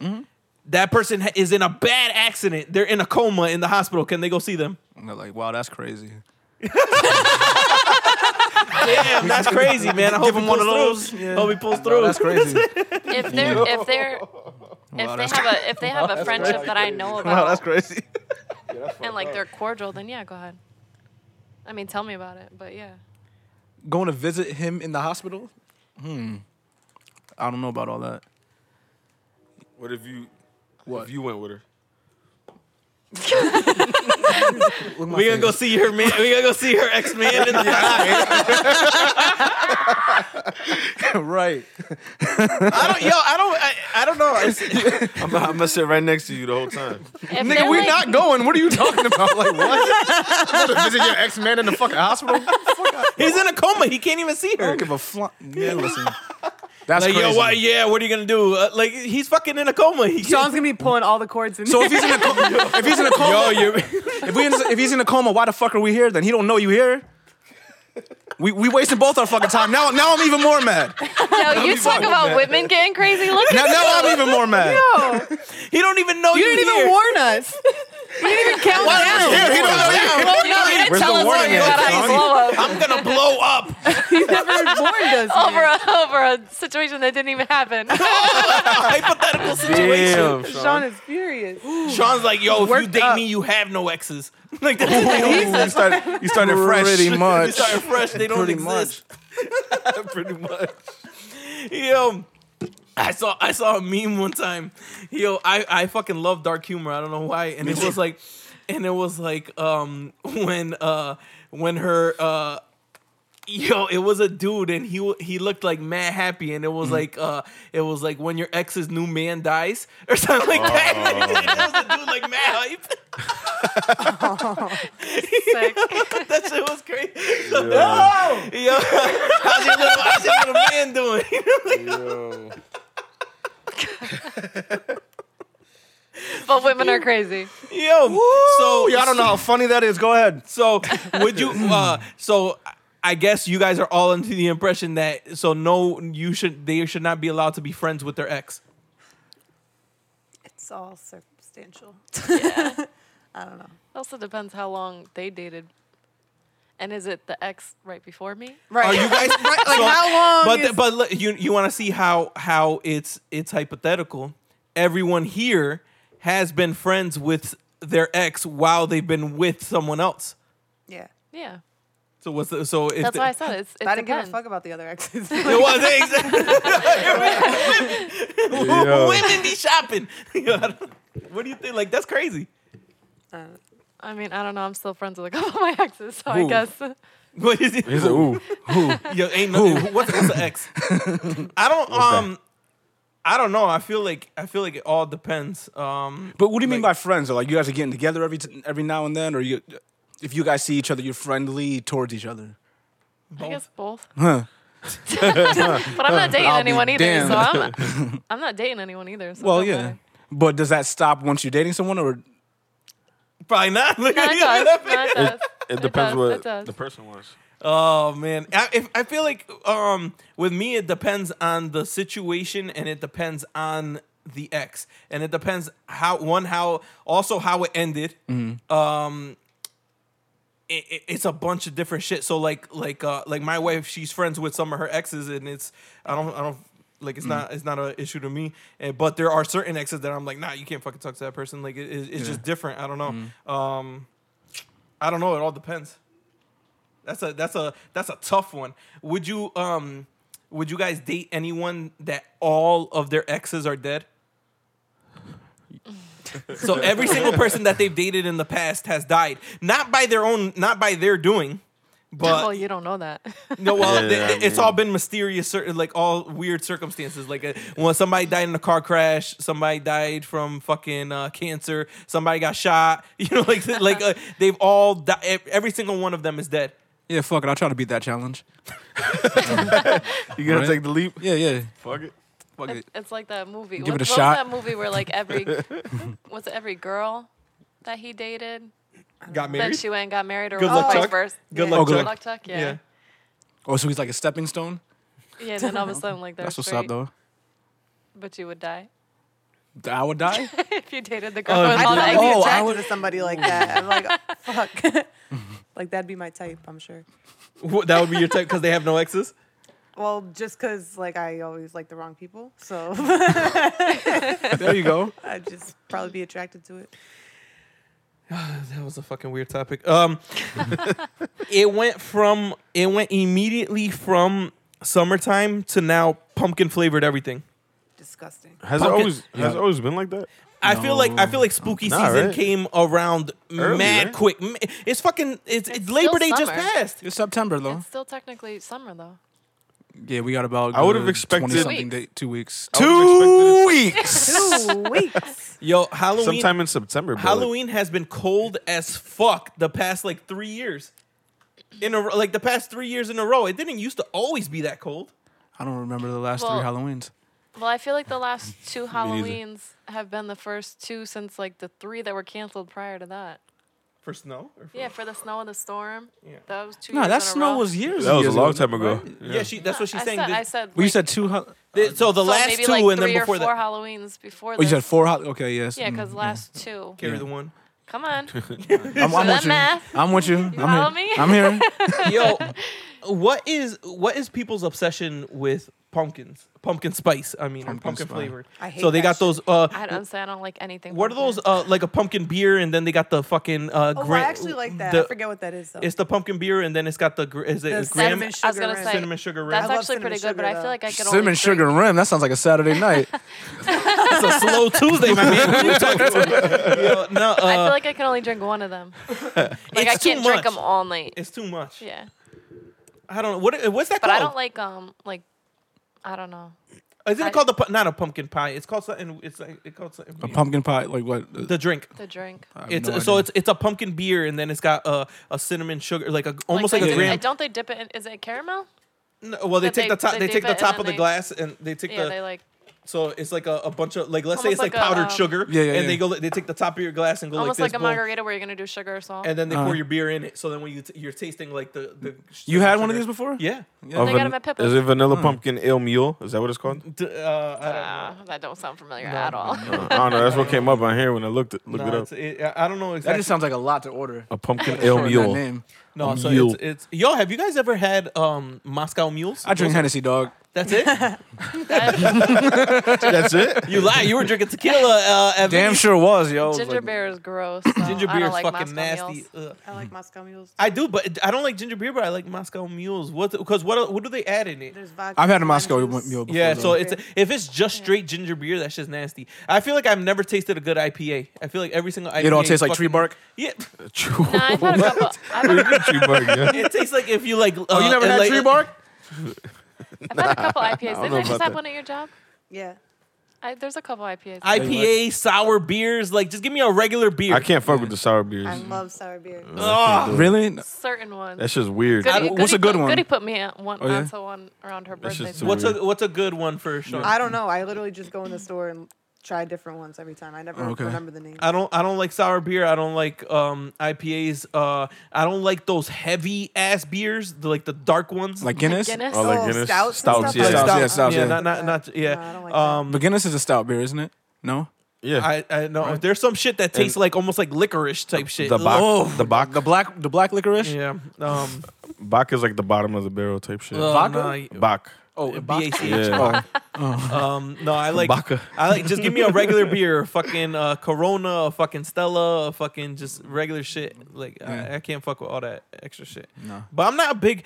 That person ha- is in a bad accident. They're in a coma in the hospital. Can they go see them? And they're like, wow, that's crazy. Damn, that's crazy, man. I hope he him one pulls of those. through. Yeah. Hope he pulls through. That's crazy. if they're if they're if they that's have a if they have a friendship that I know about Wow, that's crazy. and like they're cordial, then yeah, go ahead. I mean, tell me about it, but yeah. Going to visit him in the hospital? Hmm. I don't know about all that. What if you? What? If you went with her? we gonna go see her man. We gonna go see her ex man in the go. right. I don't, yo, I don't, I, I don't know. It's- I'm, I'm gonna sit right next to you the whole time. If they're, like- going. What are you talking about? Like what? I'm gonna visit your ex man in the fucking hospital. he's in a coma. He can't even see I her. don't give a fly. Yeah, listen. That's Like, crazy. yo, what? Yeah, what are you gonna do? Uh, like, he's fucking in a coma. He Sean's gonna be pulling all the cords in. So if he's in a co- if he's in a coma, if, we in, if he's in a coma, why the fuck are we here? Then he don't know you here. We we wasting both our fucking time. Now now I'm even more mad. yo, you talk about women getting crazy. Look Now at now I'm even more mad. he don't even know you didn't even here. warn us. You didn't even count down. he don't know you. you. know, you didn't Where's tell the us warning anything at, about how you Sean? blow up. I'm gonna blow up. You never warned us. man. over a, over a situation that didn't even happen. Hypothetical situation. Damn, Sean is furious. Sean's like, yo, if you Worked date up. me, you have no exes. Like, that's the thing. you started, you started fresh. Pretty you much. start fresh. They don't Pretty exist. much. Pretty much. Yo, um, I saw I saw a meme one time. Yo, I I fucking love dark humor. I don't know why. And it was like, and it was like, um, when uh, when her uh. Yo, it was a dude, and he w- he looked like mad happy, and it was like uh, it was like when your ex's new man dies or something like that. and it was a dude like mad hype. Sick. that shit was crazy. Yo, how's your little how's your little man doing? But women are crazy. Yo, so Oh, Y'all don't know how funny that is. Go ahead. So would you? Uh, so I guess you guys are all under the impression that so no, you should they should not be allowed to be friends with their ex. It's all circumstantial. It also depends how long they dated. And is it the ex right before me? Right. Are you guys like how long? But is- th- but look, you you want to see how how it's it's hypothetical. Everyone here has been friends with their ex while they've been with someone else. yeah. Yeah. So what's the, so if That's the- why I said it's, it I didn't give a depends. fuck about the other exes. it was exactly Yo. women be shopping. You know, what do you think? Like that's crazy. Uh, I mean, I don't know. I'm still friends with a couple of my exes, so I Who? guess. What is it? He's like, ooh, Yo, ain't nothing. What's, what's the X? I don't. um, I don't know. I feel like I feel like it all depends. Um, But what do you mean by friends? Or like you guys are getting together every t- every now and then, or you, if you guys see each other, you're friendly towards each other. I guess both. Huh. But I'm not dating I'll be anyone either, damned. so I'm, I'm not dating anyone either. So it Well, don't yeah. matter. But does that stop once you're dating someone, or probably not. Look No, at it you, does. that No, it does. it depends does, what it does. the person was. Oh man, I, if, I feel like um with me it depends on the situation and it depends on the ex and it depends how one how also how it ended. Um, it, it- it's a bunch of different shit. So like like uh like my wife, she's friends with some of her exes and it's I don't I don't. Like it's not it's not an issue to me, and, but there are certain exes that I'm like, nah, you can't fucking talk to that person. Like it, it- it's just different. I don't know. Um, I don't know. It all depends. That's a that's a that's a tough one. Would you um would you guys date anyone that all of their exes are dead? so every single person that they've dated in the past has died, not by their own, not by their doing, but well, you don't know that. no, well, Yeah, th- I th- it's mean- all been mysterious, certain like all weird circumstances. Like uh, when somebody died in a car crash, somebody died from fucking uh, cancer, somebody got shot. You know, like like uh, they've all di- ev- every single one of them is dead. yeah, fuck it, I'll try to beat that challenge. You gotta Right. take the leap. Yeah, yeah. Fuck it. Fuck it. It's like that movie. Give what, it a what shot. was that movie where like every was it every girl that he dated Got that married. she went and got married or Good Luck vice Chuck. versa? Good Oh, yeah. Luck Good Chuck. luck Chuck. Yeah. Yeah. yeah. Oh, so he's like a stepping stone. and then all of a sudden like they're That's what's straight, up, though. But you would die I would die. if you dated the girl Oh, with I all the I'd eggs. be Oh, I attracted would- to somebody like that. I'm like, "Oh, fuck. like that'd be my type, I'm sure. Wh- That would be your type because they have no exes. Well, just because like I always like the wrong people, so there you go. I'd just probably be attracted to it. That was a fucking weird topic. Um, it went from it went immediately from summertime to now pumpkin flavored everything. Disgusting. Has Pumpkin- it always has it always been like that? I feel like I feel like spooky Nah, season right? came around Early, mad right? quick. M- It's fucking it's, it's, still Labor Day just summer. passed. It's September though. It's still technically summer though. yeah, we got about. I would've uh, expected- 20-something Two day, two weeks. I would've weeks. Two weeks. Yo, Halloween Sometime in September. Bro. Halloween has been cold as fuck the past like 3 years. In a ro- like the past 3 years in a row. It didn't used to always be that cold. I don't remember the last Well- three Halloweens. Well, I feel like the last two neither. Halloweens have been the first two since like the three that were canceled prior to that. For snow? Or for Yeah, for the snow and the storm. Yeah. That was two. No, years that in a snow row. was years. That was a years long ago. time ago. yeah. she that's what she's I saying. Said, This- I said. Well, you like, said two. Hall- oh, thi- so the so last maybe two like and then three or before four that. Halloweens before. oh, you this. said four. Hall- okay, yes. Yeah, Mm. because last two. Carry the one. Come on. I'm, that I'm with you. math. I'm with you. follow I'm here. me? I'm here. Yo, what is what is people's obsession with pumpkins? Pumpkin spice, I mean, or Pumpkin pumpkin spice. flavored. I hate so they that got shit. those uh I don't say I don't like anything. What are those? pumpkin. Uh, like a pumpkin beer, and then they got the fucking uh, Oh, gra- I actually like that. I the- forget what that is though. It's the pumpkin beer, and then it's got the gr- is it The is graham cinnamon I was gonna sugar say cinnamon sugar That's rim? love actually pretty good, cinnamon but I sugar, feel like I can Cinnamon only drink- sugar rim. That sounds like a Saturday night. That's a slow Tuesday, my man. What you talking about? Yo, no, uh, I feel like I can only drink one of them. Like I it's too can't drink much. them all night. It's too much. Yeah, I don't know what what's that but called. I don't like um like I don't know. Is it I- called the pu- not a pumpkin pie? It's called something. It's like it called something. A weird. pumpkin pie, like what? the drink. The drink. I have It's no so idea. it's it's a pumpkin beer, and then it's got a a cinnamon sugar, like a almost like, they a dip- graham. Don't they dip it in? Is it caramel? No, well, they that take they- the top. they They dip take the it and top then of the they- glass, and they take Yeah, the they like So it's like a, a bunch of like let's say Almost it's like, like a, powdered um, sugar. Yeah, yeah, And yeah. they go they take the top of your glass and go Almost like like, this. a boom, margarita where you're gonna do sugar or salt. and then they Uh-huh. pour your beer in it. So then when you t- you're tasting like the the You had one of sugar. these before? Yeah. Yeah. They got 'em at Pippa. Is it vanilla Hmm. pumpkin ale mule? Is that what it's called? D- uh, I don't know. uh, that don't sound familiar at all. I don't know. That's what came up on here when I looked it, looked Nah, it up. it's- it- I- I don't know That exactly. Oh, just sounds like a lot to order. A pumpkin ale for that mule. name. no, so mule. it's, it's yo. Have you guys ever had um Moscow mules? I drink Hennessy, dog. That's it. That's it. you lie. You were drinking tequila. Uh, Evan. Damn sure was, yo. Ginger Like, beer is gross. so Ginger I beer don't is like Moscow fucking nasty. mules. Ugh. I like Moscow mules. I do, but I don't like ginger beer, but I like Moscow mules. What? Because what? What do they add in it? There's vodka. I've had a lime Moscow juice. mule before. Yeah, though. so it's if it's just straight ginger beer, that's just nasty. I feel like I've never tasted a good IPA. I feel like every single IPA it all tastes like tree fucking- bark. Yeah, True. Nah, I've had a couple. I've had, Tree bark, yeah. it tastes like if you like. Oh, you uh, never had like- tree bark? I've had a couple IPAs. know Didn't I just about have that. one at your job? Yeah. I, there's a couple IPAs. IPA sour beers. Like, just give me a regular beer. I can't fuck with the sour beers. I love sour beer. Ugh. Really? No. certain ones. That's just weird. Goody- what's Goody a good put, one? Goody put me on one, Oh, yeah? onto one around her That's birthday. just party. What's a What's a good one for sure? I don't know. I literally just go in the store and try different ones every time. I never Okay. remember the name. I don't I don't like sour beer. I don't like um IPAs. Uh I don't like those heavy ass beers, the, like the dark ones. Like Guinness? Guinness. I like Oh, Guinness. stouts and Stouts, stuff yeah. like Stouts, that? yeah, stouts, yeah, yeah. not not not yeah. No, I don't like um But Guinness is a stout beer, isn't it? No? Yeah. I I know there's some shit that tastes like almost like licorice type shit. the Bach, Ugh. the Bach, The black the black licorice? Yeah. Um Bach is like the bottom of the barrel type shit. Vodka? Bach. Oh, Uh, B A Bach. C H. Yeah. Um no, I like Baca. I like just give me a regular beer, fucking uh Corona, a fucking Stella, a fucking just regular shit. Like I, Yeah. I can't fuck with all that extra shit. No. But I'm not a big.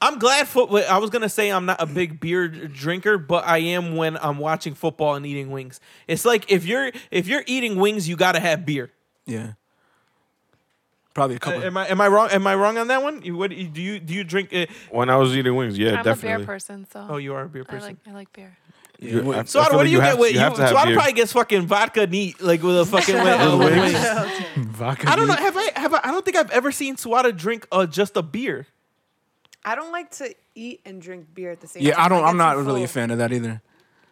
I'm glad football. I was gonna say I'm not a big beer drinker, but I am when I'm watching football and eating wings. It's like if you're if you're eating wings, you gotta have beer. Yeah. Probably a Uh, couple. am I am I wrong? Am I wrong on that one? You, what do you do? You drink? Uh, When I was eating wings, yeah, I'm a definitely. beer person, so oh, you are a beer I person. like I like beer. You- I- I so feel what like do you, have get to- with you? have to have so I beer. probably gets fucking vodka neat, like with a fucking. with- uh, with wings. Vodka. I don't know. neat. Have I have I? I don't think I've ever seen Swada drink uh, just a beer. I don't like to eat and drink beer at the same time. Yeah, I don't. get I'm not too really a full. fan of that either.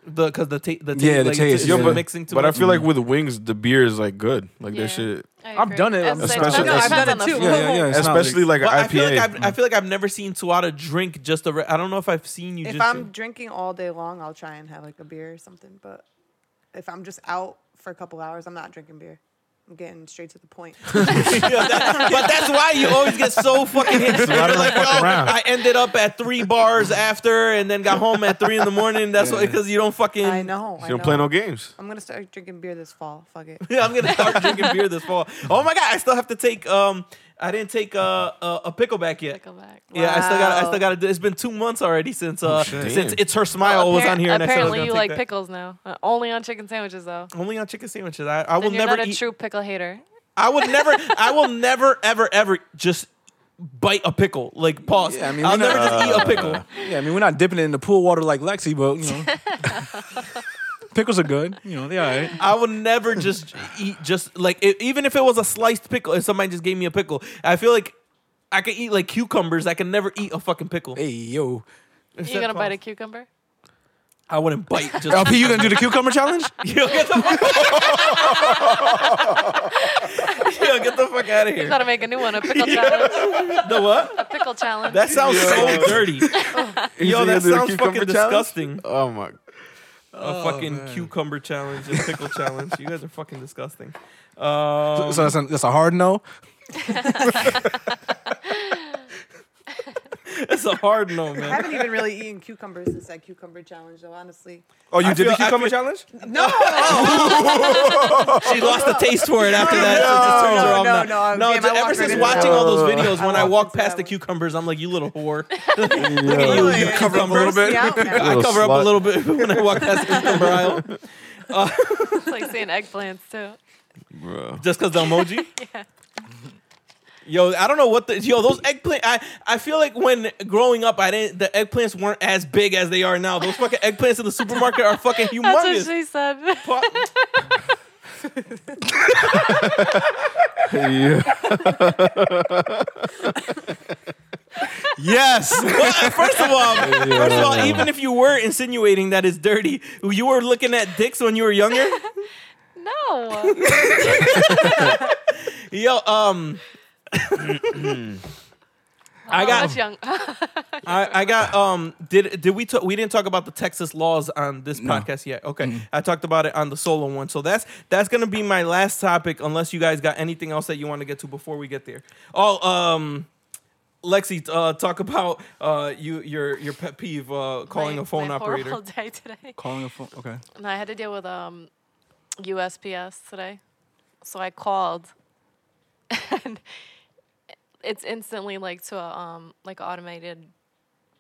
The because the ta- the ta- Yeah, the like, it's- taste, it's Yo, yeah. but, mixing too but I much. feel like with wings, the beer is like good. Like Mm-hmm. Yeah. that shit. I I've agree. done it, It's I'm like- especially- no, I've I've done done it it too. too. Yeah, yeah, yeah. it's not Especially like an Well, I feel IPA. like I've, I feel like I've never seen Suada drink just a. Re- I don't know if I've seen you. If just I'm drinking all day long, I'll try and have like a beer or something. But if I'm just out for a couple hours, I'm not drinking beer. I'm getting straight to the point. Yeah, that- but that's why you always get so fucking hit. You're don't like, fuck "Yo, around." I ended up at three bars after, and then got home at three in the morning. That's why because you don't fucking. I know. I You know. don't play no games. I'm gonna start drinking beer this fall. Fuck it. Yeah, I'm gonna start drinking beer this fall. Oh my god, I still have to take. Um, I didn't take uh, a, a pickleback yet. Pickleback. Yeah, I still got. I Wow. still got to do. It's been two months already since. Uh, shit. since Damn. it's her smile was on here. and I said I was Apparently, gonna you take like that. pickles now. Uh, only on chicken sandwiches, though. Only on chicken sandwiches. I, I will Then you're never not a eat. true pickle hater. I will never, I will never, ever, ever just bite a pickle. Like pause. Yeah, I I mean, will we're never not- just eat a pickle. Yeah, I mean, we're not dipping it in the pool water like Lexi, but you know, pickles are good. You know, they're all right. I will never just eat just like e- even if it was a sliced pickle and somebody just gave me a pickle. I feel like I could eat like cucumbers. I can never eat a fucking pickle. Hey yo, Is You that gonna bite a pause? cucumber? I wouldn't bite. Just LP, you gonna do the cucumber challenge? yo, get the fuck. yo, get the fuck out of You here. gotta make a new one. A pickle challenge. The what? A pickle challenge. That sounds so dirty. yo, You that gonna do the sounds fucking cucumber challenge? disgusting. Oh, Oh my. a fucking cucumber challenge and pickle challenge. You guys are fucking disgusting. Um, so that's a, that's a hard no. it's a hard no, I man. haven't even really eaten cucumbers since that cucumber challenge, though. Honestly, Oh, you I did feel- the I cucumber feel- challenge? no. She lost the taste for it after that. No, it just turns her no, off no, now. no, damn, ju- I ever walked since right into watching that. all those videos, when I I walk walked into past the that one. cucumbers, I'm like, you little whore. Look at you, Yo. you Really? cover up a little bit. Yeah, okay. I Little cover up a slut. little bit when I walk past the cucumber aisle, It's like seeing eggplants too. Bro. just because the emoji. Yo, I don't know what the yo those eggplant. I I feel like when growing up, I didn't the eggplants weren't as big as they are now. Those fucking eggplants in the supermarket are fucking That's what humongous. she said. Fuck. Yeah. Yes. Well, first of all, first of all, even if you were insinuating that it's dirty, you were looking at dicks when you were younger. No. Yo, um, I got- much young. I, I got um. Did did we talk? We didn't talk about the Texas laws on this podcast yet. Okay, I talked about it on the solo one. So that's that's gonna be my last topic, unless you guys got anything else that you want to get to before we get there. Oh, um, Lexi, uh, talk about uh you your your pet peeve uh calling My- a phone my operator. horrible day today. Calling a phone. Okay. And I had to deal with um, USPS today, so I called, and it's instantly like to a um like automated,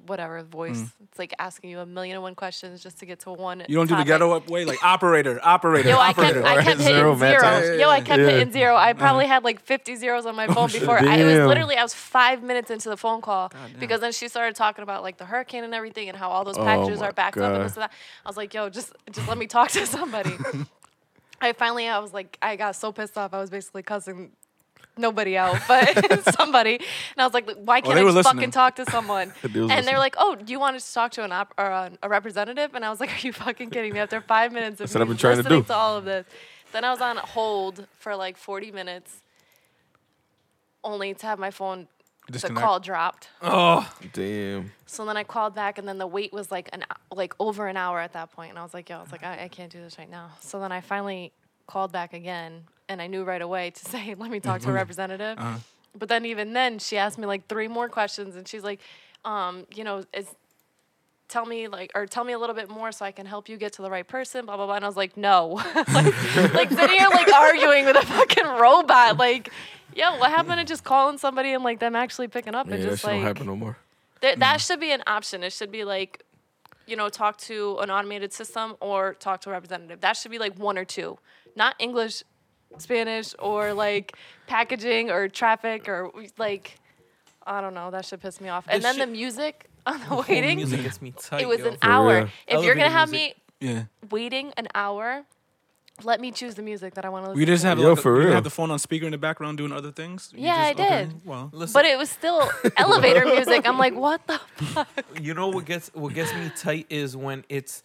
whatever voice. It's like asking you a million and one questions just to get to one. Mm. You don't do the topic. ghetto up way like operator, operator, Yo, I kept, operator. I kept hitting zero. Zero, man. Yo, I kept hitting zero. I probably had like 50 zeros on my phone before. I, it was Damn. literally, I was five minutes into the phone call because then she started talking about like the hurricane and everything and how all those packages my are backed up God. and this and that. I was like, yo, just just let me talk to somebody. I finally, I was like, I got so pissed off. I was basically cussing nobody out, but somebody. And I was like, why can't they I were just listening. fucking talk to someone? and was they were like, oh, do you want to talk to an op- or a, a representative? And I was like, are you fucking kidding me? After five minutes of That's what I've me been trying to listening do. to all of this, then I was on hold for like 40 minutes, only to have my phone. The Disconnect. Oh. call dropped. Damn. So then I called back, and then the wait was like an like over an hour at that point, and I was like, "Yo, I was like, I, I can't do this right now." So then I finally called back again, and I knew right away to say, "Let me Mm-hmm. talk to a representative." Uh-huh. But then even then, she asked me like three more questions, and she's like, um, "You know, is tell me like or tell me a little bit more so I can help you get to the right person, blah blah blah. And I was like, no. like, like sitting here like arguing with a fucking robot. Like, yo, what happened to just calling somebody and like them actually picking up Yeah, and that just shit don't like happen no more. th- Mm. that should be an option. It should be like, you know, talk to an automated system or talk to a representative. That should be like one or two, not English, Spanish, or like packaging or traffic or like, I don't know. That should piss me off. And The then shi- the music on the Holy waiting. music gets me tight. It was yo. an hour. real. If you're Elevator gonna have music. me Yeah. waiting an hour, let me choose the music that I want to listen. You just have Yo, like, a- for you didn't real. have the phone on speaker in the background doing other things. You Yeah, just- I okay, did. Well, Listen, but it was still elevator music. I'm like, what the? you know what gets what gets me tight is when it's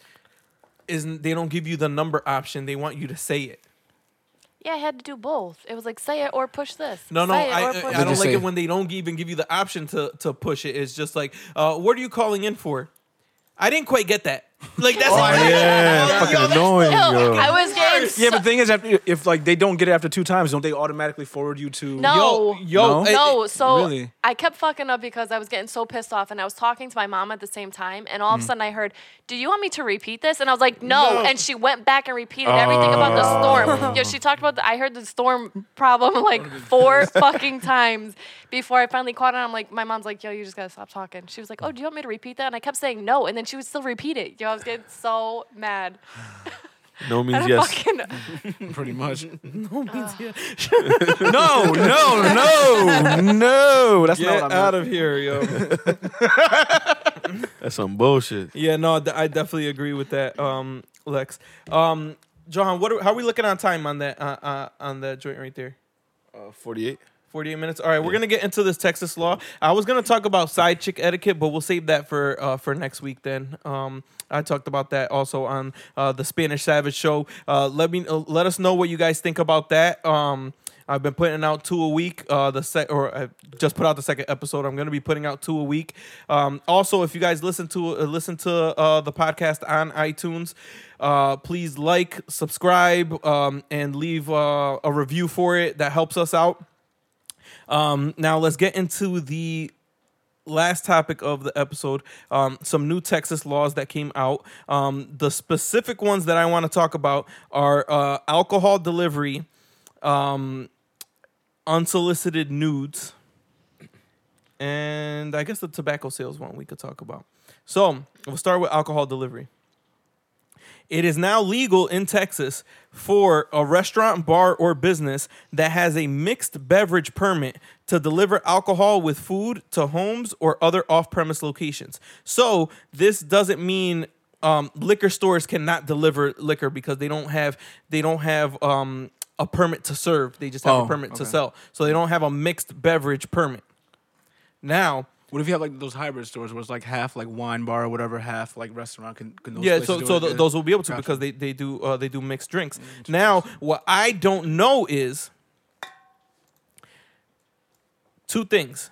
isn't they don't give you the number option. They want you to say it. Yeah, I had to do both. It was like say it or push this. No, no, Say it I, or I, push this. I don't Just like say it it. when they don't even give you the option to to push it. It's just like, uh, what are you calling in for? I didn't quite get that. Like that's Yeah, fucking annoying, No, yo. I was getting yeah, but so- the thing is, after, if like they don't get it after two times, don't they automatically forward you to? no. yo, yo, No? it- no, so really? I kept fucking up because I was getting so pissed off, and I was talking to my mom at the same time, and all of a sudden I heard, "Do you want me to repeat this?" And I was like, "No,", and she went back and repeated everything about the storm. Yo, she talked about. The, I heard the storm problem like four fucking times before I finally caught on. I'm like, my mom's like, "Yo, you just gotta stop talking." She was like, "Oh, do you want me to repeat that?" And I kept saying no, and then she would still repeat it. Yo, I was getting so mad. No means I yes. fucking pretty much. eh, no, Oh, no, no, no. That's Get not what I out meant. of here, yo. That's some bullshit. yeah, no, d- I definitely agree with that, um, Lex. Um, Johan, what? Are, how are we looking on time on that uh, uh, on that joint right there? Uh, 48. 48 minutes. All right, we're gonna get into this Texas law. I was gonna talk about side chick etiquette, but we'll save that for uh, for next week. Then um, I talked about that also on uh, the Spanish Savage show. Uh, let me uh, let us know what you guys think about that. Um, I've been putting out two a week. Uh, the sec or I just put out the second episode. I'm gonna be putting out two a week. Um, also, if you guys listen to uh, listen to uh, the podcast on iTunes, uh, please like, subscribe, um, and leave uh, a review for it. That helps us out. Um, now let's get into the last topic of the episode. Um, some new Texas laws that came out. Um, the specific ones that I want to talk about are uh, alcohol delivery, um, unsolicited nudes, and I guess the tobacco sales one we could talk about. So we'll start with alcohol delivery. It is now legal in Texas for a restaurant, bar, or business that has a mixed beverage permit to deliver alcohol with food to homes or other off premise locations. So, this doesn't mean. Um, liquor stores cannot deliver liquor because they don't have they don't have um, a permit to serve. They just have a Oh, permit to okay. sell, so they don't have a mixed beverage permit. Now, What if you have like those hybrid stores where it's like half like wine bar or whatever, half like restaurant? Can, can those yeah, places so do so it? th- Yeah. those will be able to Gotcha. because they they do uh, they do mixed drinks. Now, what I don't know is two things.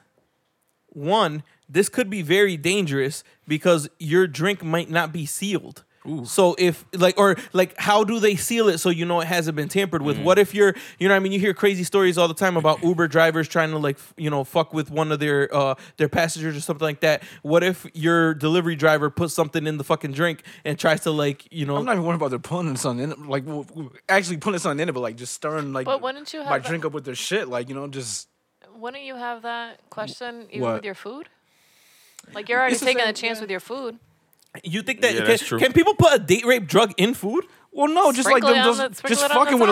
One, this could be very dangerous because your drink might not be sealed. So if like or like how do they seal it so you know it hasn't been tampered with? What if you're you know what I mean you hear crazy stories all the time about Uber drivers trying to like f- you know fuck with one of their uh their passengers or something like that. What if your delivery driver puts something in the fucking drink and tries to like you know I'm not even worried about their putting something in it. Like, w- w- actually putting something in it, but like just stirring like But wouldn't you my have- drink up with their shit. Like, you know, just. Wouldn't you have that question even what? with your food? Like you're already It's the taking same- a chance with your food. you think that Yeah, can, that's true. can people put a date rape drug in food? Well, no, just Sprinkle like it them, on just, the- just sprinkle it on fucking the with it,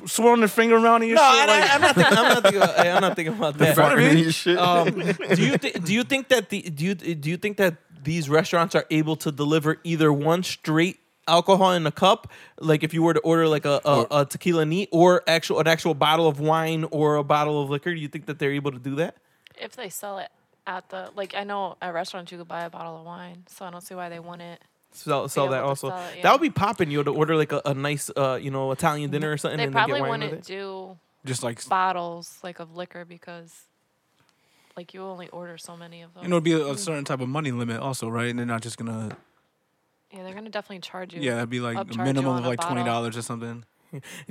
like swirling their finger around in your No, shit. I, like, am not thinking, I'm not thinking about, I'm not thinking about that. Fucking mean? this shit. um, do you thi- do you think that the do you do you think that these restaurants are able to deliver either one straight alcohol in a cup, like if you were to order like a, a, a tequila neat, or actual an actual bottle of wine or a bottle of liquor? Do you think that they're able to do that? If they sell it at the like, I know at restaurants you could buy a bottle of wine, so I don't see why they wouldn't. Sell, sell able that to also. sell it, yeah. That would be popping. You know, to order like a, a nice, uh, you know, Italian dinner or something, They and then get probably wine with wouldn't it. do just like bottles like of liquor because like you only order so many of them. you know, it'd be a, a certain type of money limit also, right? And they're not just gonna. yeah, they're gonna definitely charge you. Yeah, that'd be like upcharge a you minimum on of a like twenty bottle. dollars or something.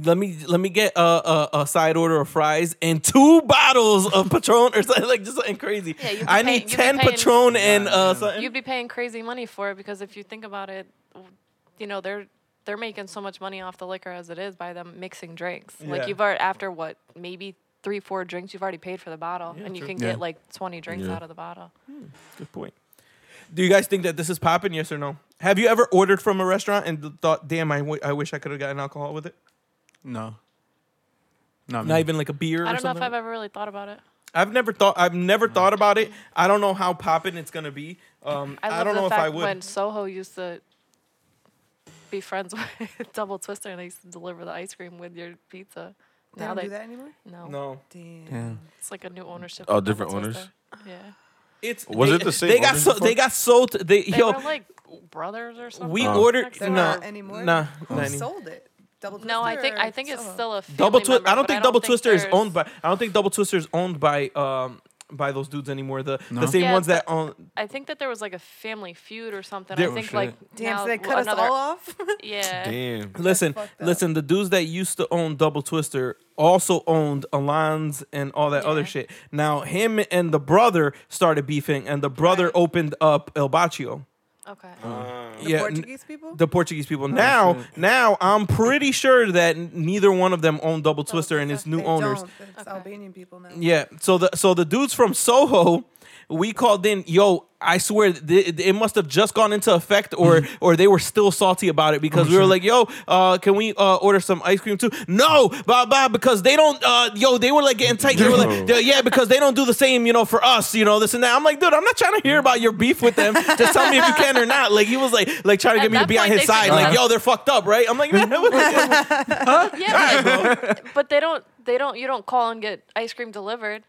Let me let me get a, a, a side order of fries and two bottles of Patron or something like just something crazy. Yeah, you'd be I paying- need you'd be ten paying- Patron and uh, something. You'd be paying crazy money for it because if you think about it, w- you know they're they're making so much money off the liquor as it is by them mixing drinks. Yeah. Like you've already after what maybe three four drinks you've already paid for the bottle and you can Yeah. get like twenty drinks Yeah. out of the bottle. Good point. Do you guys think that this is popping? Yes or no? Have you ever ordered from a restaurant and th- thought, "Damn, I, w- I wish I could have gotten alcohol with it." No. Not, Not even like a beer. I or don't know something. if I've ever really thought about it. I've never thought. I've never thought about it. I don't know how popping it's gonna be. Um, I, love I, don't the know if fact I would. when Soho used to be friends with Double Twister and they used to deliver the ice cream with your pizza. They now don't they do that anymore. No, no, Damn. it's like a new ownership. Oh, of Double different owners? Twister. Yeah, it's Was they- it the same They got owners so before? they got sold. They, they yo, were like brothers or something. we Oh. ordered They're no not anymore? Nah, Who not any- sold it? Double No, I Twister think or I think it's Soho? still a family Double Twister. member, I don't but think Double think Twister is there's- owned by. I don't think Double Twister is owned by um by those dudes anymore. The the same Yeah, ones but- that own. I think that there was like a family feud or something. There- I Oh, think shit. like Damn, now so they cut us another- all off. Yeah, Damn. Listen, fucked up. listen. The dudes that used to own Double Twister also owned Alans and all that other Yeah. shit. Now him and the brother started beefing, and the brother Right. opened up El Baccio. okay. the yeah, n- Portuguese Oh, people. the Portuguese people. now, now I'm pretty sure that n- neither one of them owned Double Twister and its new They owners. don't. It's Albanian people now. Yeah. So the so the dudes from Soho, we called in. Yo, I swear th- it must have just gone into effect, or or they were still salty about it because we were like, yo, uh, can we uh, order some ice cream too? No, blah blah, because they don't. Uh, yo, they were like getting tight. They were like, Yo. yeah, because they don't do the same, you know, for us, you know, this and that. I'm like, dude, I'm not trying to hear about your beef with them. Just tell me if you can or not. Like he was like like trying to At get me to that be on point, his they should side. have- Like yo, they're fucked up, right? I'm like, man, what the- Yeah, but, but they don't. They don't. You don't call and get ice cream delivered.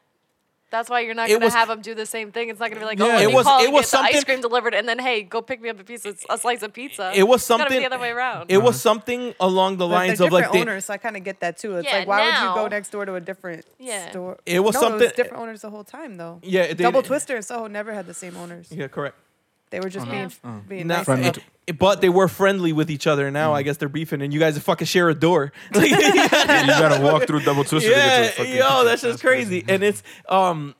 That's why you're not It gonna was- have them do the same thing. It's not gonna be like, Yeah. oh, let It me was- call it and get was the ice something- cream delivered, and then hey, go pick me up a piece of a slice of pizza. It was It's gotta something- be the other way around. it was something along the But lines they're of like different they- owners, so I kind of get that too. It's Yeah, like, why would you now- go next door to a different Yeah. store? It was no, It something- was different owners the whole time, though. Yeah, they- Double Twister and Soho never had the same owners. yeah, correct. They were just Oh, being, no. being Not nice. Friendly uh, to- but they were friendly with each other. Now I guess they're beefing, and you guys fucking share a door. Like, you gotta walk through double twister to yeah, get to the fucking. yo, that's just crazy. And it's um,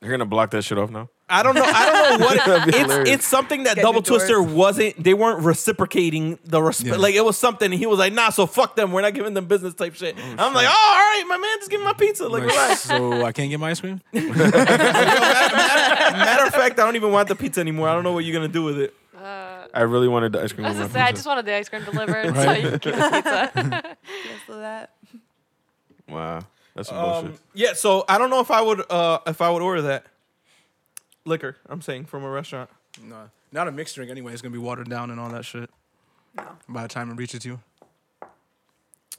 They're gonna block that shit off now. I don't know, I don't know what That'd it, be it's. hilarious. It's something that Getting Double indoors. Twister wasn't. They weren't reciprocating the respect. Yeah. Like it was something. And he was like, nah, so fuck them. We're not giving them business type shit. I'm like, oh, all right, my man, just give me my pizza. Like, Like, relax. so I can't get my ice cream. Matter of fact, I don't even want the pizza anymore. I don't know what you're gonna do with it. Uh, I really wanted the ice cream. I was gonna with my say, I pizza. just wanted the ice cream delivered, so you can keep the pizza. Cancel that. Wow, that's some Um, bullshit. yeah, so I don't know if I would uh if I would order that liquor. I'm saying from a restaurant. No, not a mixed drink anyway. It's gonna be watered down and all that shit. No. By the time it reaches you,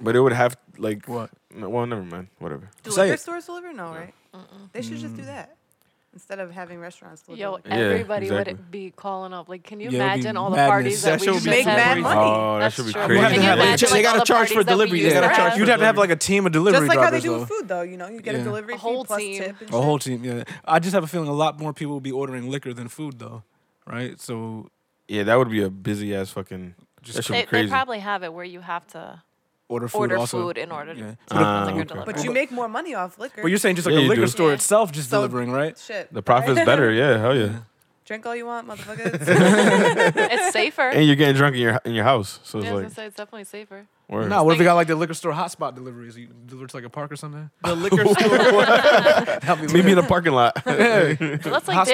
But it would have like What? No, well, never mind. Whatever. Do Say liquor it. Mm. stores deliver? No, right? They should just do that. instead of having restaurants. still Yo, do it. Yeah, everybody exactly. would be calling up. Like, can you Yeah, it'd be imagine all the madness. parties that, That we shit just would be Make mad had? money. Oh, that That's should be true. crazy. Can you have, like, imagine, they gotta all the charge parties for that we delivery. used They gotta to charge You'd have to have like a team of delivery Just like how they drivers, do though. with food, though. You know, you get Yeah. a delivery A whole fee plus team. tip. And A shit. whole team. Yeah, I just have a feeling a lot more people will be ordering liquor than food, though. Right? So Yeah, that would be a busy ass fucking. Just that should They, be they crazy. probably have it where you have to order food. order also. food in order to Yeah. Ah, liquor okay. delivery. But you make more money off liquor. But you're saying just like Yeah, a you liquor do. store Yeah. itself just So- delivering, right? shit. The profit's better. Yeah, hell yeah. Drink all you want, motherfuckers. it's safer. And you're getting drunk in your in your house, so it's Yeah, I was gonna like. say, it's definitely safer. word. No, what if we Like- got like the liquor store hotspot deliveries? You deliver to like a park or something? The liquor store. That'd be Meet me lit. in the parking lot. That's like Dan-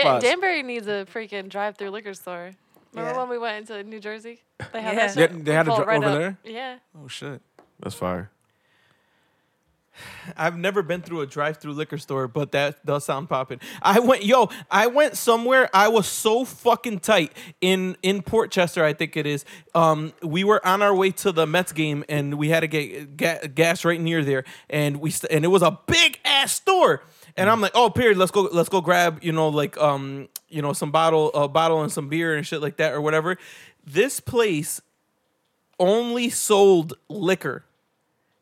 Hotspots. Danbury needs a freaking drive-through liquor store. Remember Yeah. when we went into New Jersey? They had Yeah. that They- shit. they had a dri- Pull it right over up. there? Yeah. Oh shit. That's fire. I've never been through a drive-through liquor store, but that does sound popping. I went, yo, I went somewhere. I was so fucking tight in in Port Chester, I think it is. Um, we were on our way to the Mets game, and we had to get ga- gas right near there, and we st- and it was a big ass store. And I'm like, oh, period. Let's go. Let's go grab, you know, like, um, you know, some bottle, a bottle, and some beer and shit like that, or whatever. This place only sold liquor.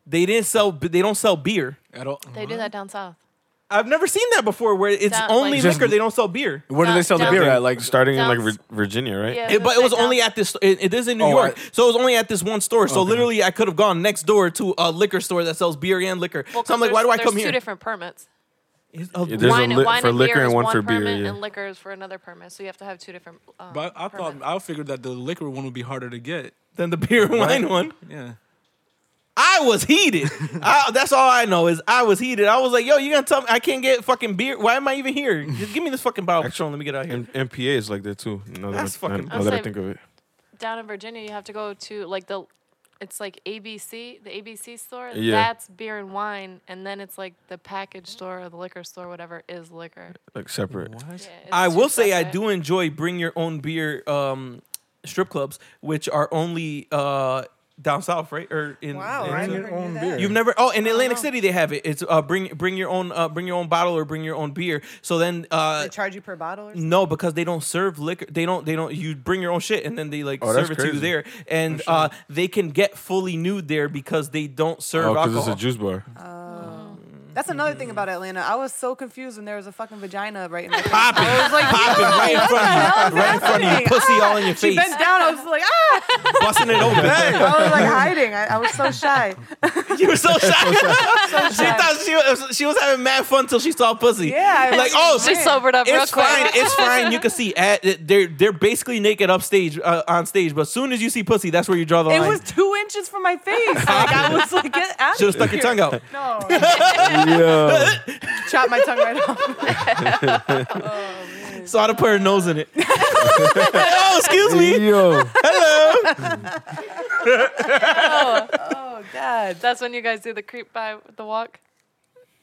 They didn't sell. They don't sell beer. I don't. They do that down south. I've never seen that before where it's Down- only like- liquor. Just- they don't sell beer. Where do Down- they sell the down- beer at? Like Starting in like Sounds- Vir- Virginia, right? Yeah, It- but it gonna was say only down- at this. It, it is in New Oh, York, I- so it was only at this one store. So literally, I could have gone next door to a liquor store that sells beer and liquor. Well, so I'm like, why do I come There's here? two different permits. It's a- Yeah, There's a wine, li- wine for and liquor beer and is one for beer, permit, yeah. and liquor is for another permit. So you have to have two different. Um, But I thought permits. I figured that the liquor one would be harder to get. then the beer and wine one. Yeah. I was heated. I, that's all I know is I was heated. I was like, yo, you gonna tell me I can't get fucking beer? Why am I even here? Just give me this fucking bottle of Patron. Let me get out of here. M- MPA is like that too. Now that, That's I, fucking- now that I Outside- think of it, down in Virginia, you have to go to like the, it's like ABC, the ABC store. Yeah. That's beer and wine, and then it's like the package store or the liquor store, whatever is liquor. like separate. Yeah, it's I will two say I separate. do enjoy bring your own beer um, strip clubs, which are only uh, down south, right? Or in wow, in- I your never own knew beer. that. You've never oh in Atlantic know. City they have it. It's uh bring bring your own uh bring your own bottle or bring your own beer. So then uh They charge you per bottle or something? no because they don't serve liquor. They don't they don't you bring your own shit and then they like Oh, that's serve it to you crazy. there. And uh they can get fully nude there because they don't serve Oh, because alcohol. it's a juice bar. That's another thing about Atlanta. I was so confused when there was a fucking vagina right in my face. Popping, I was like, popping right in front of you, right in front of you, happening? pussy all in your face, she bent down. I was like, ah! busting it I open. was like hiding. I, I was so shy. you were so shy. she thought she was, she was having mad fun till she saw pussy. Yeah, I like was oh She Man. sobered up real It's quick. fine. It's fine. You can see at, they're they're basically naked upstage uh, on stage, but as soon as you see pussy, that's where you draw the It line. was two inches from my face. Like, I was like, get out of Should have stuck your tongue out. No. Yeah. Chop my tongue right off. So I'd have put her nose in it. oh, excuse me. Yo. Oh, God. That's when you guys do the creep by with the walk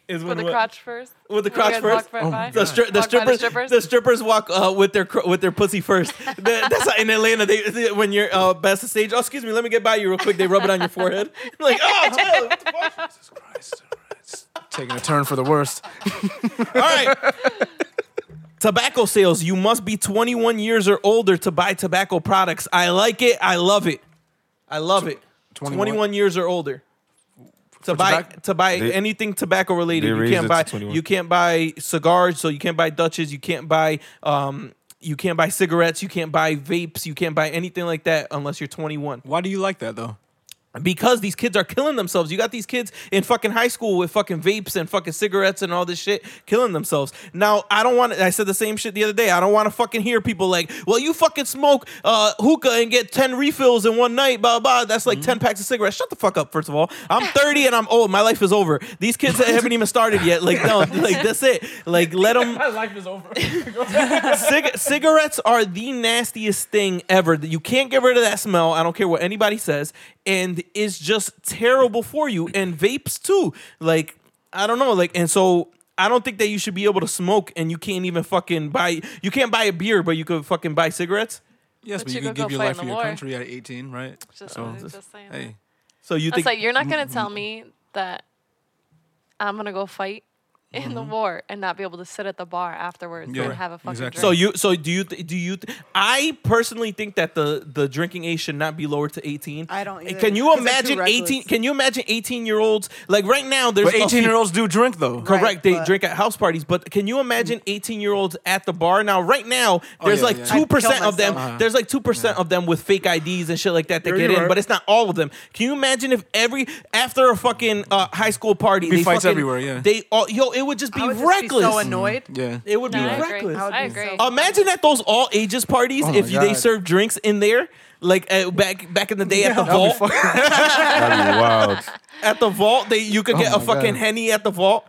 Is with when the what- crotch first. With When you the crotch guys walk first? Oh right by? The, stri- the Walk by strippers, the strippers. strippers, walk uh, with their cr- with their pussy first. The- that's how in Atlanta. They, they- when you're uh, best of stage. Oh, excuse me, let me get by you real quick. They rub it on your forehead. like, oh, chill. Christ, it's taking a turn for the worst. All right. tobacco sales. You must be 21 years or older to buy tobacco products. I like it. I love it. I love it. 21, 21? years or older. To buy tobacco? to buy They- anything tobacco they related, you raised it can't to buy 21. you can't buy cigars, so you can't buy Dutches, you can't buy um you can't buy cigarettes, you can't buy vapes, you can't buy anything like that unless you're 21 Why do you like that though? because these kids are killing themselves. You got these kids in fucking high school with fucking vapes and fucking cigarettes and all this shit, killing themselves. Now I don't want. to I said the same shit the other day. I don't want to fucking hear people like, "Well, you fucking smoke uh, hookah and get ten refills in one night." Blah blah. That's like ten packs of cigarettes. Shut the fuck up. First of all, I'm 30 and I'm old. My life is over. These kids haven't even started yet. Like no, like that's it. Like let them life is over. Cig- cigarettes are the nastiest thing ever. You can't get rid of that smell. I don't care what anybody says, and it's just terrible for you. And vapes too. Like I don't know. Like and so I don't think that you should be able to smoke, and you can't even fucking buy. You can't buy a beer, but you could fucking buy cigarettes. Yes, But but you you could could go give your fight life in for the your war. country at 18, right? Just, Oh, So, just saying. that. hey, So I you was think like, you're not gonna tell me that I'm gonna go fight in the Mm-hmm. war and not be able to sit at the bar afterwards Yeah. and have a fucking Exactly. So drink. you, so do you, th- do you? Th- I personally think that the the drinking age should not be lowered to eighteen. I don't either, Can you 'cause they're too imagine eighteen? reckless. Can you imagine eighteen year olds like right now? There's But a few- 18 year olds do drink though. Correct. Right, they but- Mm. drink at house parties, but can you imagine 18 year olds at the bar now? Right now, there's Oh, yeah, like yeah. two percent I'd of them. kill myself. Uh-huh. There's like two percent of them with fake IDs and shit like that that Yeah, get in, you're right. but it's not all of them. Can you imagine if every after a fucking uh, high school party, Be they fights fucking- everywhere, yeah. they all yo, it would just be I would just reckless. Mm-hmm. be so annoyed. Yeah. it would No, be I agree. reckless. That would I be so agree. fucking Imagine at those all ages parties Oh my if they God. serve drinks in there, like uh, back back in the day at the vault. That'd be wild. at the vault, they you could get a Oh my fucking God. henny at the vault.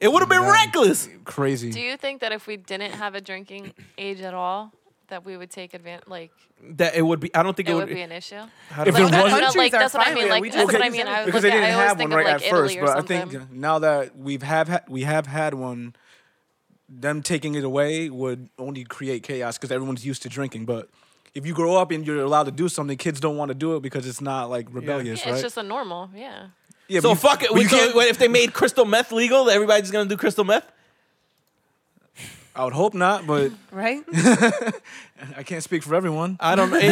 It would have been reckless. Crazy. Do you think that if we didn't have a drinking age at all, that we would take advantage? Like That it would be. I don't think it, it, would be an issue. If Like, there that's wasn't, what I- like, Countries are that's what I fine mean. with it. Like We that's just- what I mean. I, look because they at- didn't I always have one think right of at like Italy first, or but something. I think now that we've have ha- we have had one, them taking it away would only create chaos because everyone's used to drinking. But if you grow up and you're allowed to do something, kids don't want to do it because it's not like rebellious, yeah, right? it's just a normal. Yeah. yeah, but So you- fuck it. but you so can't- what if they made crystal meth legal, everybody's just gonna do crystal meth. I would hope not, but Right? I can't speak for everyone. I don't know. the,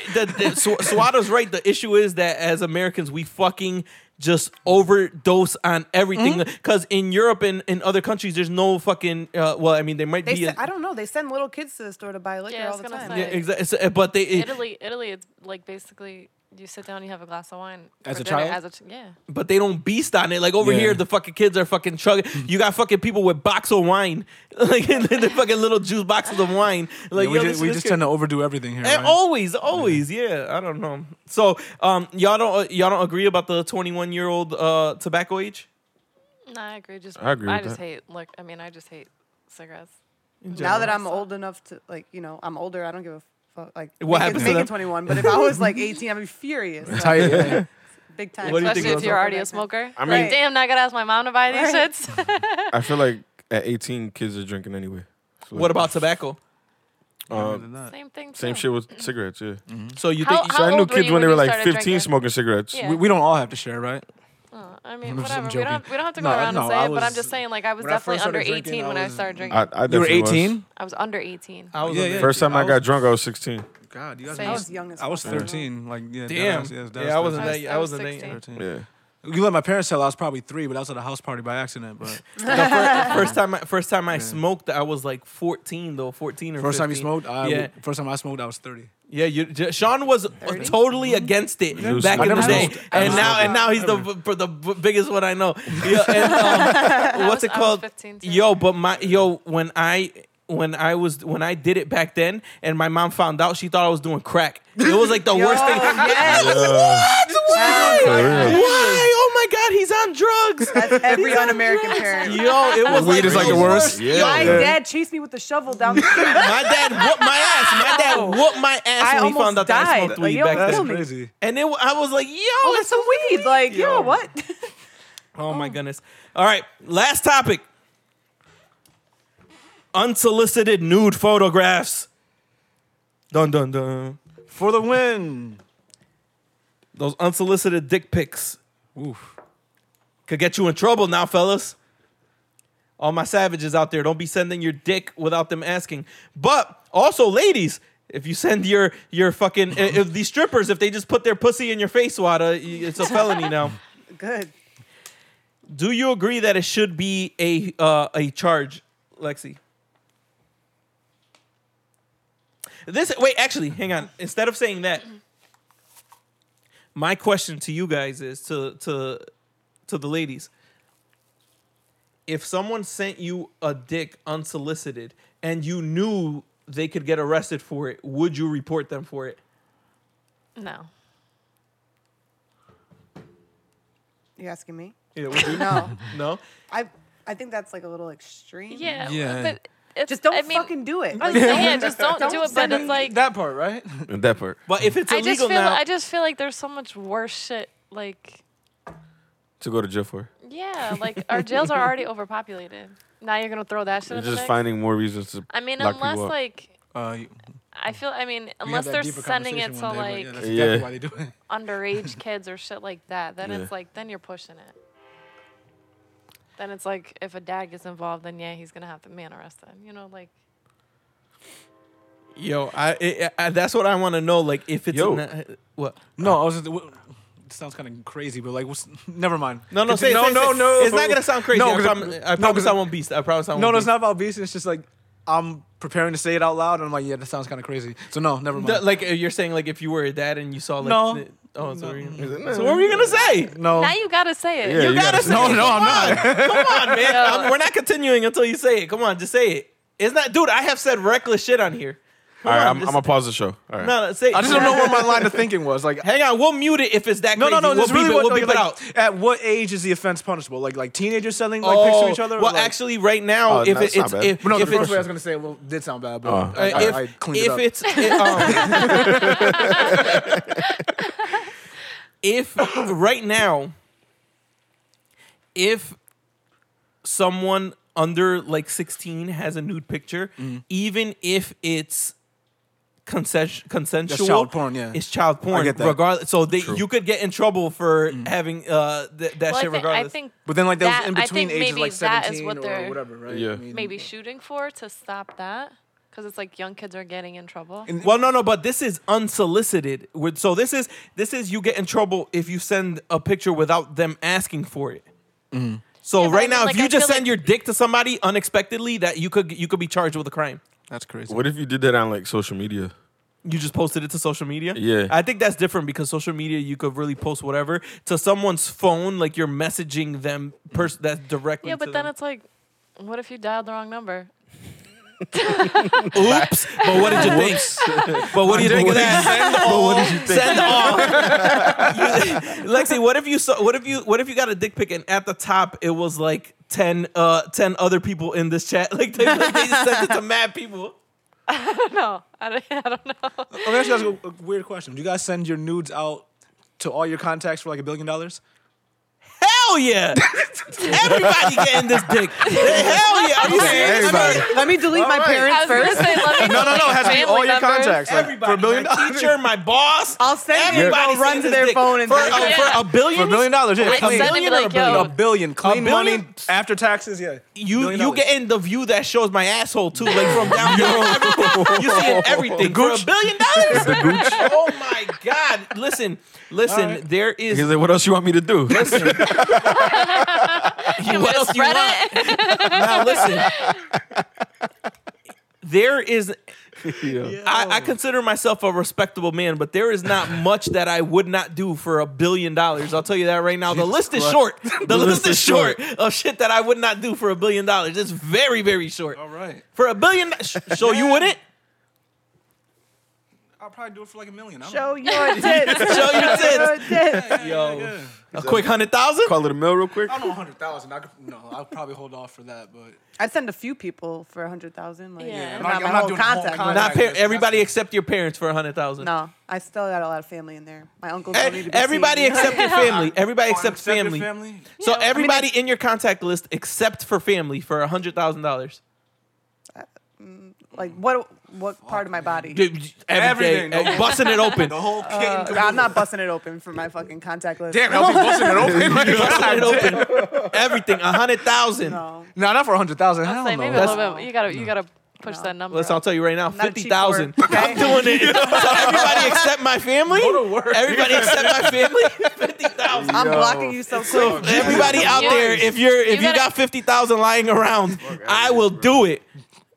thi- the, the, Sw- Swato's right. The issue is that as Americans, we fucking just overdose on everything. Mm-hmm. Because in Europe and in other countries, there's no fucking. Uh, well, I mean, there might They be. se- a- I don't know. They send little kids to the store to buy liquor Yeah, I all was the gonna time. say. yeah, exactly. But they. Italy, Italy, it's like basically you sit down, you have a glass of wine As for a dinner, child? As a ch- yeah, but they don't beast on it. Like over Yeah. Mm. here, the fucking kids are fucking chugging. You got fucking people with box of wine, like the fucking little juice boxes of wine. Like Yeah, we yo, ju- this- we this just kid- tend to overdo everything here. Eh, right? always, always, yeah. I don't know. So, um, y'all don't y'all don't agree about the twenty one year old uh tobacco age? no, I agree. Just I agree I with just that. hate. Look, I mean, I just hate cigarettes. Now that I'm old enough to like, you know, I'm older. I don't give a fuck. Like, What make it- happened to make them? it 21. But if I was like 18, I'd be furious. like, Tight, yeah. big time. What do you think Especially if about you're that? already a smoker. I I mean, mean- like, damn, now I gotta ask my mom to buy these Right. shits. I feel like at 18, kids are drinking anyway. So, What about tobacco? uh, Same thing. same too. shit with cigarettes? Yeah. Hmm? So you How- think? So I old knew were kids you when when they were you like started 15 drinking? smoking cigarettes. Yeah. we, we don't all have to share, right? Oh, I mean, I'm just- I'm whatever. We don't joking. we don't have to go No, around no, and say I it, but I'm was- just saying, like, I was when I definitely first under started 18 drinking, I when I was- started drinking. I, I, You I were definitely was. 18. was under 18. Uh, I was Yeah, a yeah. bit- First time I, I got was- drunk, I was 16. God, you guys. Same. I was young as I fuck. was don't know. 13. Like yeah, Damn. deadass, yes, that yeah, I wasn't. I was- that, I I was wasn't. that- 16. the 13. Yeah. You let my parents tell I was probably three, but I was at a house party by accident. But fir- first time. I, first time I smoked, I was like fourteen though, fourteen or first time you 15. smoked, I Yeah. first time I smoked, I was thirty. Yeah, you, J- Sean was uh, totally Mm-hmm. against it Never back smoked. in the I never day, smoked. I and never now smoked. and now he's the b- b- the b- biggest one I know. Yeah, and, um, was- what's it I was called? 15 too. Yo, but my yo when I. When I was when I did it back then, and my mom found out, she thought I was doing crack. It was like the Yo, worst thing. yes. What? Why? For real. Why? Oh my God, he's on drugs. That's every un-American parent. Yo, it was Weed like is like the worst? Yeah. My Yeah. dad chased me with the shovel down the street. My dad whooped my ass. My Yo. dad whooped my ass I when he almost found out that I died. smoked Like, weed yo, back that's then. Kill me. crazy. And it, I was like, yo, Oh, it's that's some weed. Like, yo, what? Oh my goodness. All right, last topic. Unsolicited nude photographs. Dun dun dun. For the win. Those unsolicited dick pics Oof. could get you in trouble now, fellas. All my savages out there, don't be sending your dick without them asking. But also, ladies, if you send your your fucking if if these strippers, if they just put their pussy in your face, Wada, it's a felony now. Good. Do you agree that it should be a uh, a charge, Lexi? This wait, actually, hang on. Instead of saying that, my question to you guys is to to to the ladies. If someone sent you a dick unsolicited and you knew they could get arrested for it, would you report them for it? No. You asking me? Yeah, would you? No. no. I I think that's like a little extreme. Yeah. Yeah. But it's, Just don't I mean, fucking do I it. Like, was saying, yeah, just don't, Don't do it. But send it's me like That part, right? And that part. But if it's I illegal just feel now, I just feel like there's so much worse shit. Like To go to jail for. yeah, like our jails are already overpopulated. Now you're gonna throw that shit. You're in the just mix? finding more reasons to. I mean, lock people unless up. like Uh, you- I feel. I mean, we had unless that they're deeper sending it to conversation one day, like but yeah, that's exactly Yeah. why they do it. underage kids or shit like that, then Yeah. it's like then you're pushing it. Then it's like if a dad gets involved, then yeah, he's gonna have to man arrest them. You know, like Yo, I, I, I that's what I want to know. Like, if it's Yo. not- what? No, I was. Just, w- it sounds kind of crazy, but like, what's, never mind. No, no, Continue. say it, no, say it, no, say it. no. It's not gonna sound crazy. No, I, 'cause prom- it- I no, 'cause promise it- I won't be. I promise I won't. No, be. no, it's not about beast. It's just like I'm preparing to say it out loud, and I'm like, yeah, that sounds kind of crazy. So no, never mind. The- like uh, you're saying, like if you were a dad and you saw like, No. the- oh, so, we're gonna- No. so what were you gonna say? no, now you gotta say it. Yeah, You you gotta gotta say it. say it. Come No, no, on. Come on, man. Yo. I'm- we're not continuing until you say it. Come on, just say it. It's not, dude. I have said reckless shit on here. All right, on, I'm, I'm just- gonna pause the show. All right. No, no, say. it. I just don't know where my line of thinking was. Like, Hang on, we'll mute it if it's that. no, no, crazy. no. We'll That's beep really it. what We'll beep like, it out. At what age is the offense punishable? Like, like teenagers selling like Oh, pics to each other. or, Well, like- actually, right now, Oh, if no, it, it's not it's bad. if, But no, the if first way I it's was gonna say it well, did sound bad, but Uh, I, I, if, I if cleaned it up. it's it, um, um, if right now if someone under like 16 has a nude picture Mm-hmm. even if it's consen- consensual child porn, yeah. it's child porn get that. Mm. regardless so they, you could get in trouble for having uh th- that Well, I, shit thi- I regardless think but then like that, that- was in I between think ages maybe like that is seventeen what or they're- whatever, right? Yeah. I mean, maybe shooting for to stop that because it's like young kids are getting in trouble. Well, no, no, but this is unsolicited. With- So this is this is you get in trouble if you send a picture without them asking for it. So Mm-hmm. Yeah, but I right mean, now, like, if you I just feel send like- your dick to somebody unexpectedly, that you could you could be charged with a crime. that's crazy. What if you did that on like social media? You just posted it to social media. Yeah. I think that's different because social media you could really post whatever to someone's phone, like you're messaging them pers- that's directly. yeah, but to then them. it's like, what if you dialed the wrong number? oops. but what did you think? but what do you think of that? what did you Send think? all. Lexi, what if you saw? What if you? What if you got a dick pic and at the top it was like 10, uh, 10 other people in this chat? Like they, like, they just sent it to mad people. No, I don't, I don't know. Let me ask you guys a, a weird question. Do you guys send your nudes out to all your contacts for like a billion dollars? Hell yeah! Everybody getting this dick. Hell yeah! Are you serious? Everybody. Let me delete my parents I was gonna first. say, let me No, no, no. It has to be Family all your members. contacts. like, Everybody, for a billion my dollars. teacher, my boss. I'll send you. Everybody I'll run sends to his their dick. phone and for, take a- it. for a billion. For a billion dollars, yeah. I'd clean. send it Billion or a like, billion? yo, a billion. Clean billion? money after taxes. Yeah. You Billion you dollars. getting the view that shows my asshole too, like from down below. you seeing everything for a billion dollars. Oh my god! Listen, listen. There is He's like, what else you want me to do? what else you spread want? now listen. There is. I, I consider myself a respectable man, but there is not much that I would not do for a billion dollars. I'll tell you that right now. the list is short. The, list, is short of shit that I would not do for a billion dollars. It's very, very short. All right. For a billion, sh- so you wouldn't I'll probably do it for like a million. I don't Show your tits. show your tits. Show your tits. Yo, a quick hundred thousand. Call it a mill real quick. I don't know, hundred thousand. I could, no, I'll probably hold off for that. But I'd send a few people for a hundred thousand. Like, Yeah. not I'm my not whole doing a whole contact. contact. list. Not par- everybody except your parents for a hundred thousand. No, I still got a lot of family in there. My uncles don't need to be Everybody seen. except your family. Everybody Oh, except except your family. family? So everybody in your contact list except for family for a hundred thousand dollars. like what? What part of my body? Everything, Everything, the whole- eh, busting it open. The whole kit and Uh, I'm not busting it open for my fucking contact list. Damn, I'll be busting it open. Like, busting it open. Everything, a hundred thousand. No, no, not for a hundred thousand. I I'll don't say know. maybe a little bit. You gotta, you gotta push that number. Listen, I'll up. tell you right now, not a fifty cheap thousand. whore, okay? I'm doing it. So everybody except my family. Everybody except my family. Fifty thousand. I'm blocking you so quick. So everybody out You- there, if you're if you you, gotta- got fifty thousand lying around, I will do it.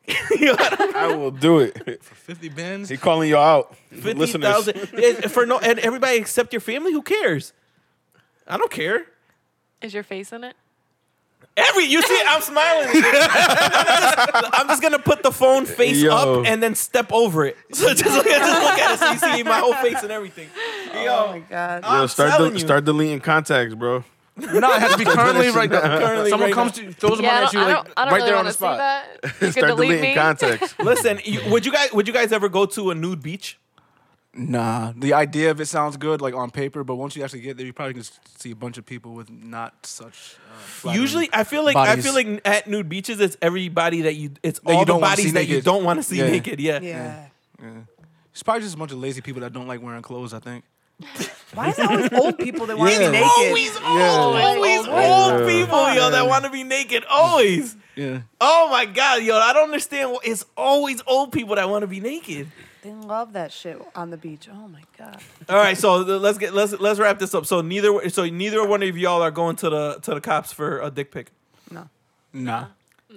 I will do it. Fifty bins. He calling you out. Fifty Listeners. thousand It- for no, and everybody except your family. Who cares? I don't care. Is your face in it? Every you see, I'm smiling. I'm, just, I'm just gonna put the phone face Yo. up and then step over it. So just look, at- just look at it. So you see my whole face and everything. oh my god. Yo, start, telling del- you. start deleting contacts, bro. No, it has to be currently right now. Currently Someone right comes now. to throws them I at don't, you I like don't, I don't right really there on wanna the see spot. that. You could Start delete deleting me. contacts. Listen, you, would you guys would you guys ever go to a nude beach? Nah, the idea of it sounds good like on paper, but once you actually get there, you probably can s- see a bunch of people with not such. Uh, flattering- Usually, I feel like I Bodies. feel like at nude beaches, it's everybody that you it's you all the don't wanna bodies see that you naked. don't want to see Yeah. naked. Yeah. Yeah. it's probably just a bunch of lazy people that don't like wearing clothes. I think. Why is it always old people that want to Yeah. be naked? Always, always, old people, yo, that want to be naked. Always. Yeah. Oh my god, yo, I don't understand. wh- It's always old people that want to be naked. They love that shit on the beach. Oh my god. All right, so th- let's get let's let's wrap this up. So neither so neither one of y'all are going to the to the cops for a dick pic. No. Nah.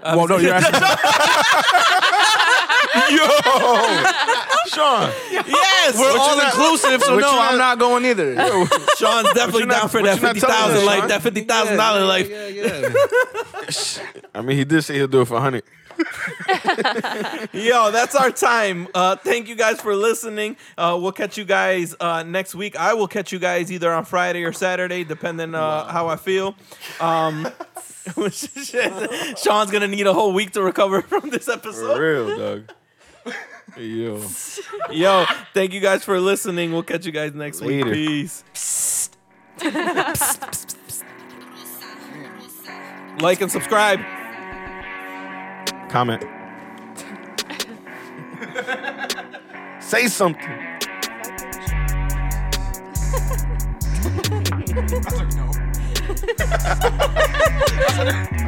well, no, you're asking. Sean. Yes, We're all inclusive, so What you no, I'm not not- going either. Sean's definitely not- down for that but you're not fifty telling us, thousand life, Sean. that fifty thousand dollar life. Yeah, yeah. I mean, he did say he'll do it for 100. Yo, that's our time. Uh, thank you guys for listening. Uh, we'll catch you guys uh, next week. I will catch you guys either on Friday or Saturday, depending uh, how I feel. Um, Sean's gonna need a whole week to recover from this For episode. real, dog. Yo. Yo, thank you guys for listening. We'll catch you guys next Later. week. Peace. like and subscribe. Comment. Say something.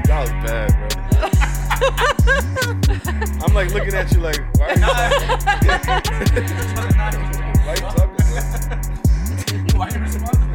That was bad, bro. I'm like looking at you like, why are you, why you talking? Why are you responsible?